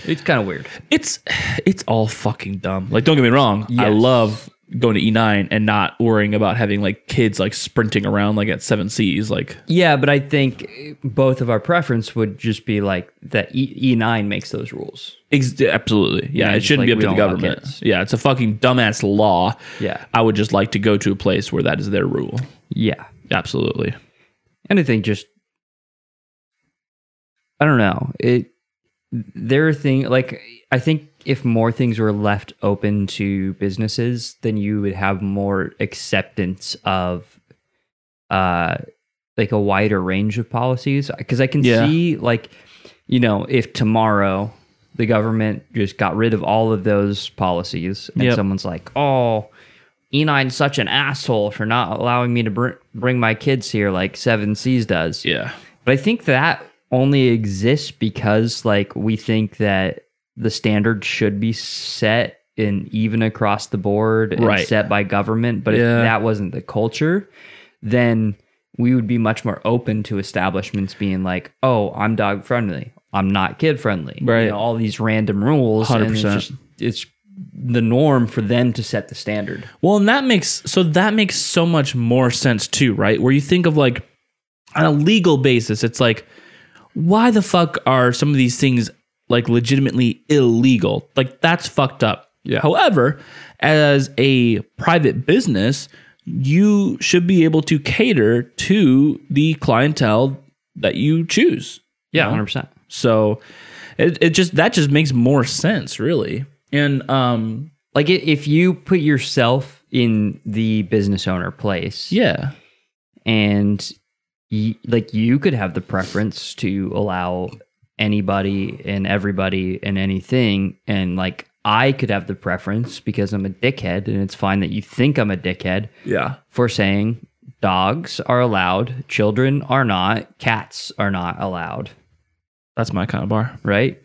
Speaker 1: it's kind of weird.
Speaker 2: it's it's all fucking dumb. Like, don't get me wrong, I
Speaker 1: Yes.
Speaker 2: love going to E9 and not worrying about having like kids like sprinting around like at seven C's. Like,
Speaker 1: Yeah, but I think eh, both of our preference would just be like that e- E9 makes those rules.
Speaker 2: ex- absolutely, yeah,
Speaker 1: Yeah,
Speaker 2: it
Speaker 1: just
Speaker 2: shouldn't
Speaker 1: like,
Speaker 2: be up
Speaker 1: we
Speaker 2: to the
Speaker 1: don't want
Speaker 2: government.
Speaker 1: kids.
Speaker 2: Yeah, it's a fucking dumbass law.
Speaker 1: Yeah.
Speaker 2: I would just like to go to a place where that is their rule.
Speaker 1: Yeah.
Speaker 2: Absolutely,
Speaker 1: And I think just I don't know. It there are things like I think if more things were left open to businesses, then you would have more acceptance of uh like a wider range of policies because I can
Speaker 2: Yeah.
Speaker 1: see like you know, if tomorrow the government just got rid of all of those policies and
Speaker 2: Yep.
Speaker 1: someone's like, "Oh, E9's such an asshole for not allowing me to br- bring my kids here like Seven Seas does.
Speaker 2: yeah,
Speaker 1: But I think that only exists because like we think that the standard should be set and even across the board and
Speaker 2: Right.
Speaker 1: set by government. But
Speaker 2: Yeah.
Speaker 1: if that wasn't the culture, then we would be much more open to establishments being like, "Oh, I'm dog friendly. I'm not kid friendly."
Speaker 2: Right.
Speaker 1: You know, all these random rules. and it's
Speaker 2: 100%.
Speaker 1: just- It's the norm for them to set the standard.
Speaker 2: Well, and that makes so that makes so much more sense too, right? Where you think of like on a legal basis, it's like why the fuck are some of these things like legitimately illegal? Like that's fucked up.
Speaker 1: Yeah.
Speaker 2: However, as a private business, you should be able to cater to the clientele that you choose.
Speaker 1: Yeah, hundred percent.
Speaker 2: So it, it just that just makes more sense, really. And um
Speaker 1: Like i- if you put yourself in the business owner place,
Speaker 2: yeah.
Speaker 1: and y- like you could have the preference to allow anybody and everybody and anything, and like I could have the preference because I'm a dickhead, and it's fine that you think I'm a dickhead
Speaker 2: Yeah.
Speaker 1: for saying dogs are allowed, children are not, cats are not allowed
Speaker 2: That's my kind of bar.
Speaker 1: right?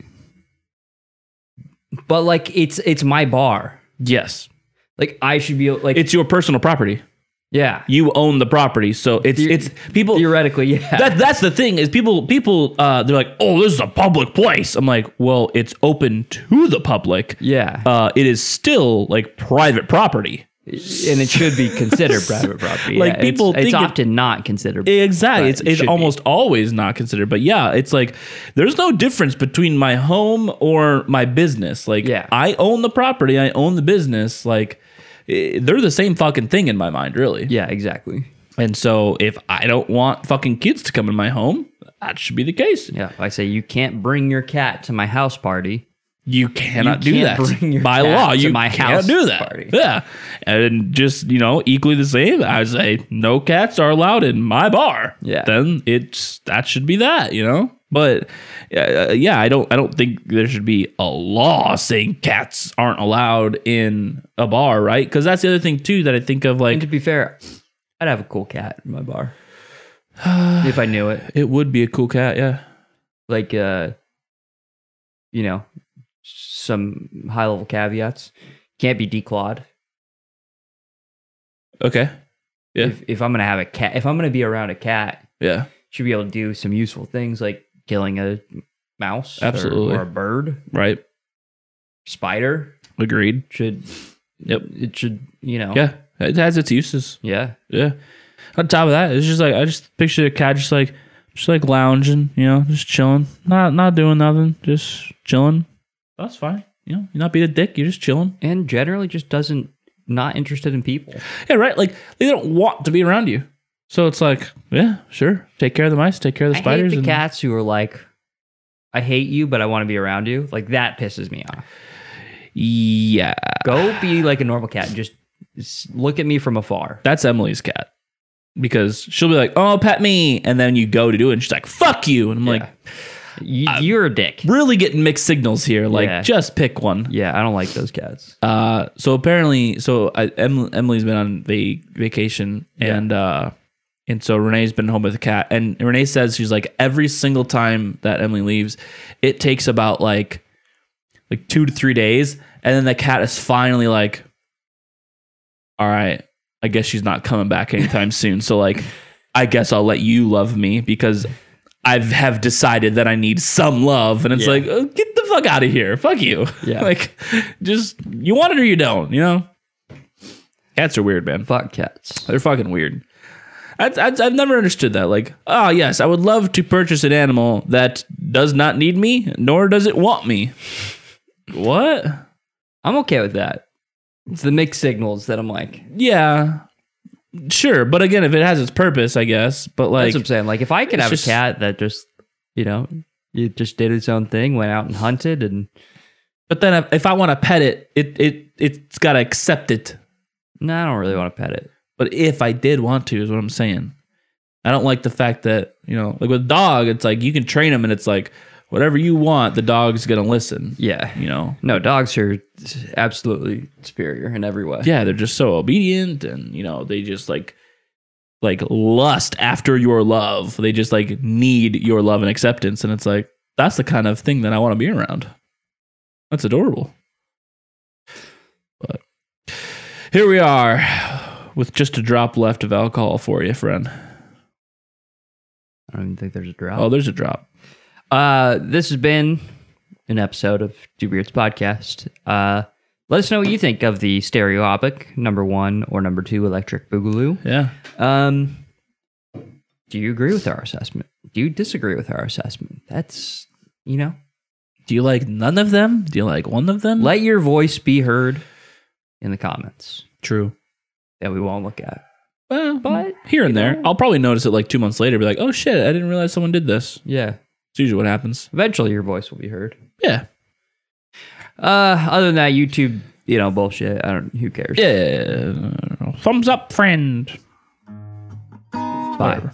Speaker 1: But like it's it's my bar.
Speaker 2: Yes.
Speaker 1: Like I should be like
Speaker 2: It's your personal property.
Speaker 1: yeah.
Speaker 2: You own the property. So it's
Speaker 1: The-
Speaker 2: it's people
Speaker 1: Theoretically, yeah.
Speaker 2: that that's the thing is people people uh they're like, "Oh, this is a public place." I'm like, "Well, it's open to the public.
Speaker 1: yeah.
Speaker 2: Uh it is still like private property."
Speaker 1: and it should be considered private property.
Speaker 2: Like,
Speaker 1: Yeah, it's-
Speaker 2: people
Speaker 1: it's,
Speaker 2: think it-
Speaker 1: often not considered.
Speaker 2: Exactly.
Speaker 1: but
Speaker 2: It's
Speaker 1: it
Speaker 2: it's
Speaker 1: should be.
Speaker 2: almost always not considered. But yeah, it's like there's no difference between my home or my business. Like
Speaker 1: Yeah.
Speaker 2: I own the property, I own the business. Like eh, they're the same fucking thing in my mind, really.
Speaker 1: Yeah, exactly.
Speaker 2: And so if I don't want fucking kids to come in my home, that should be the case.
Speaker 1: Yeah, I say you can't bring your cat to my house party.
Speaker 2: You cannot
Speaker 1: You
Speaker 2: do
Speaker 1: can't
Speaker 2: that
Speaker 1: bring your
Speaker 2: by
Speaker 1: cat
Speaker 2: law.
Speaker 1: to
Speaker 2: You
Speaker 1: my
Speaker 2: can't
Speaker 1: house
Speaker 2: do that.
Speaker 1: party.
Speaker 2: Yeah, and just you know, equally the same. I say no cats are allowed in my bar.
Speaker 1: Yeah.
Speaker 2: then it's that should be that. You know, but uh, yeah, I don't. I don't think there should be a law saying cats aren't allowed in a bar, right? Because that's the other thing too that I think of.
Speaker 1: And
Speaker 2: Like
Speaker 1: to be fair, I'd have a cool cat in my bar if I knew it.
Speaker 2: it would be a cool cat. Yeah,
Speaker 1: Like, uh, you know, some high level caveats. Can't be declawed.
Speaker 2: okay, Yeah.
Speaker 1: If, if I'm gonna have a cat, if I'm gonna be around a cat,
Speaker 2: yeah,
Speaker 1: should be able to do some useful things like killing a mouse, or-
Speaker 2: Absolutely.
Speaker 1: or a bird,
Speaker 2: right,
Speaker 1: spider.
Speaker 2: agreed.
Speaker 1: Should
Speaker 2: Yep.
Speaker 1: it should you know
Speaker 2: Yeah, it has its uses.
Speaker 1: yeah
Speaker 2: Yeah. On top of that, it's just like I just picture a cat just like just like lounging, you know, just chilling, not not doing nothing, just chilling. That's fine. You know, you're not being a dick. You're just chilling.
Speaker 1: and generally just doesn't not interested in people.
Speaker 2: Yeah, right. Like they don't want to be around you. So it's like, yeah, sure. Take care of the mice. Take care of the
Speaker 1: I hate
Speaker 2: spiders.
Speaker 1: the
Speaker 2: and-
Speaker 1: cats who are like, I hate you, but I want to be around you. Like that pisses me off.
Speaker 2: Yeah,
Speaker 1: Go be like a normal cat and just s- look at me from afar.
Speaker 2: that's Emily's cat because she'll be like, "Oh, pet me," and then you go to do it, and she's like, "Fuck you," and I'm like,
Speaker 1: You, you're a dick.
Speaker 2: really getting mixed signals here. Like,
Speaker 1: Yeah.
Speaker 2: just pick one.
Speaker 1: Yeah, I don't like those cats.
Speaker 2: Uh, so apparently, so I, Emily, Emily's been on va- vacation,
Speaker 1: Yeah.
Speaker 2: and uh, and so Renee's been home with a cat. And Renee says she's like every single time that Emily leaves, it takes about like like two to three days, and then the cat is finally like, all right, I guess she's not coming back anytime soon. So like, I guess I'll let you love me because. I have decided that I need some love, and it's
Speaker 1: Yeah.
Speaker 2: like, oh, get the fuck out of here, fuck you.
Speaker 1: Yeah.
Speaker 2: like, just you want it or you don't. You know, cats are weird, man.
Speaker 1: Fuck cats.
Speaker 2: They're fucking weird. I, I, I've never understood that. Like, ah, yes, I would love to purchase an animal that does not need me, nor does it want me. What?
Speaker 1: I'm okay with that. It's the mixed signals that I'm like.
Speaker 2: Yeah, sure. But again, if it has its purpose, I guess. But like,
Speaker 1: that's what I'm saying. Like if I could
Speaker 2: it's
Speaker 1: have
Speaker 2: just-
Speaker 1: a cat that just, you know, it just did its own thing, went out and hunted, and
Speaker 2: but then if- if I want to pet it, it it it's got to accept it.
Speaker 1: no, I don't really want to pet it.
Speaker 2: But if I did want to, is what I'm saying. I don't like the fact that you know, like with dog, it's like you can train them, and it's like whatever you want, the dog's gonna listen.
Speaker 1: Yeah.
Speaker 2: You know,
Speaker 1: No, dogs are absolutely superior in every way.
Speaker 2: yeah, they're just so obedient, and you know, they just like like lust after your love. They just like need your love and acceptance, and it's like that's the kind of thing that I want to be around. That's adorable. But here we are with just a drop left of alcohol for you, friend.
Speaker 1: I don't even think there's a drought.
Speaker 2: Oh, there's a drop.
Speaker 1: Uh, this has been an episode of Two Beards Podcast. Uh, let us know what you think of the stereopic number one or number two electric boogaloo.
Speaker 2: Yeah.
Speaker 1: Um, do you agree with our assessment? Do you disagree with our assessment? That's, you know,
Speaker 2: Do you like none of them? Do you like one of them?
Speaker 1: let your voice be heard in the comments
Speaker 2: True.
Speaker 1: that we won't look at.
Speaker 2: Well,
Speaker 1: But,
Speaker 2: here and
Speaker 1: Hmm. you
Speaker 2: there,
Speaker 1: know.
Speaker 2: I'll probably notice it like two months later. Be like, oh shit, I didn't realize someone did this.
Speaker 1: Yeah.
Speaker 2: It's usually what happens.
Speaker 1: Eventually your voice will be heard.
Speaker 2: Yeah.
Speaker 1: Uh, other than that, YouTube, you know, bullshit. I don't, who cares?
Speaker 2: Yeah. Thumbs up, friend.
Speaker 1: Bye.
Speaker 2: Whatever.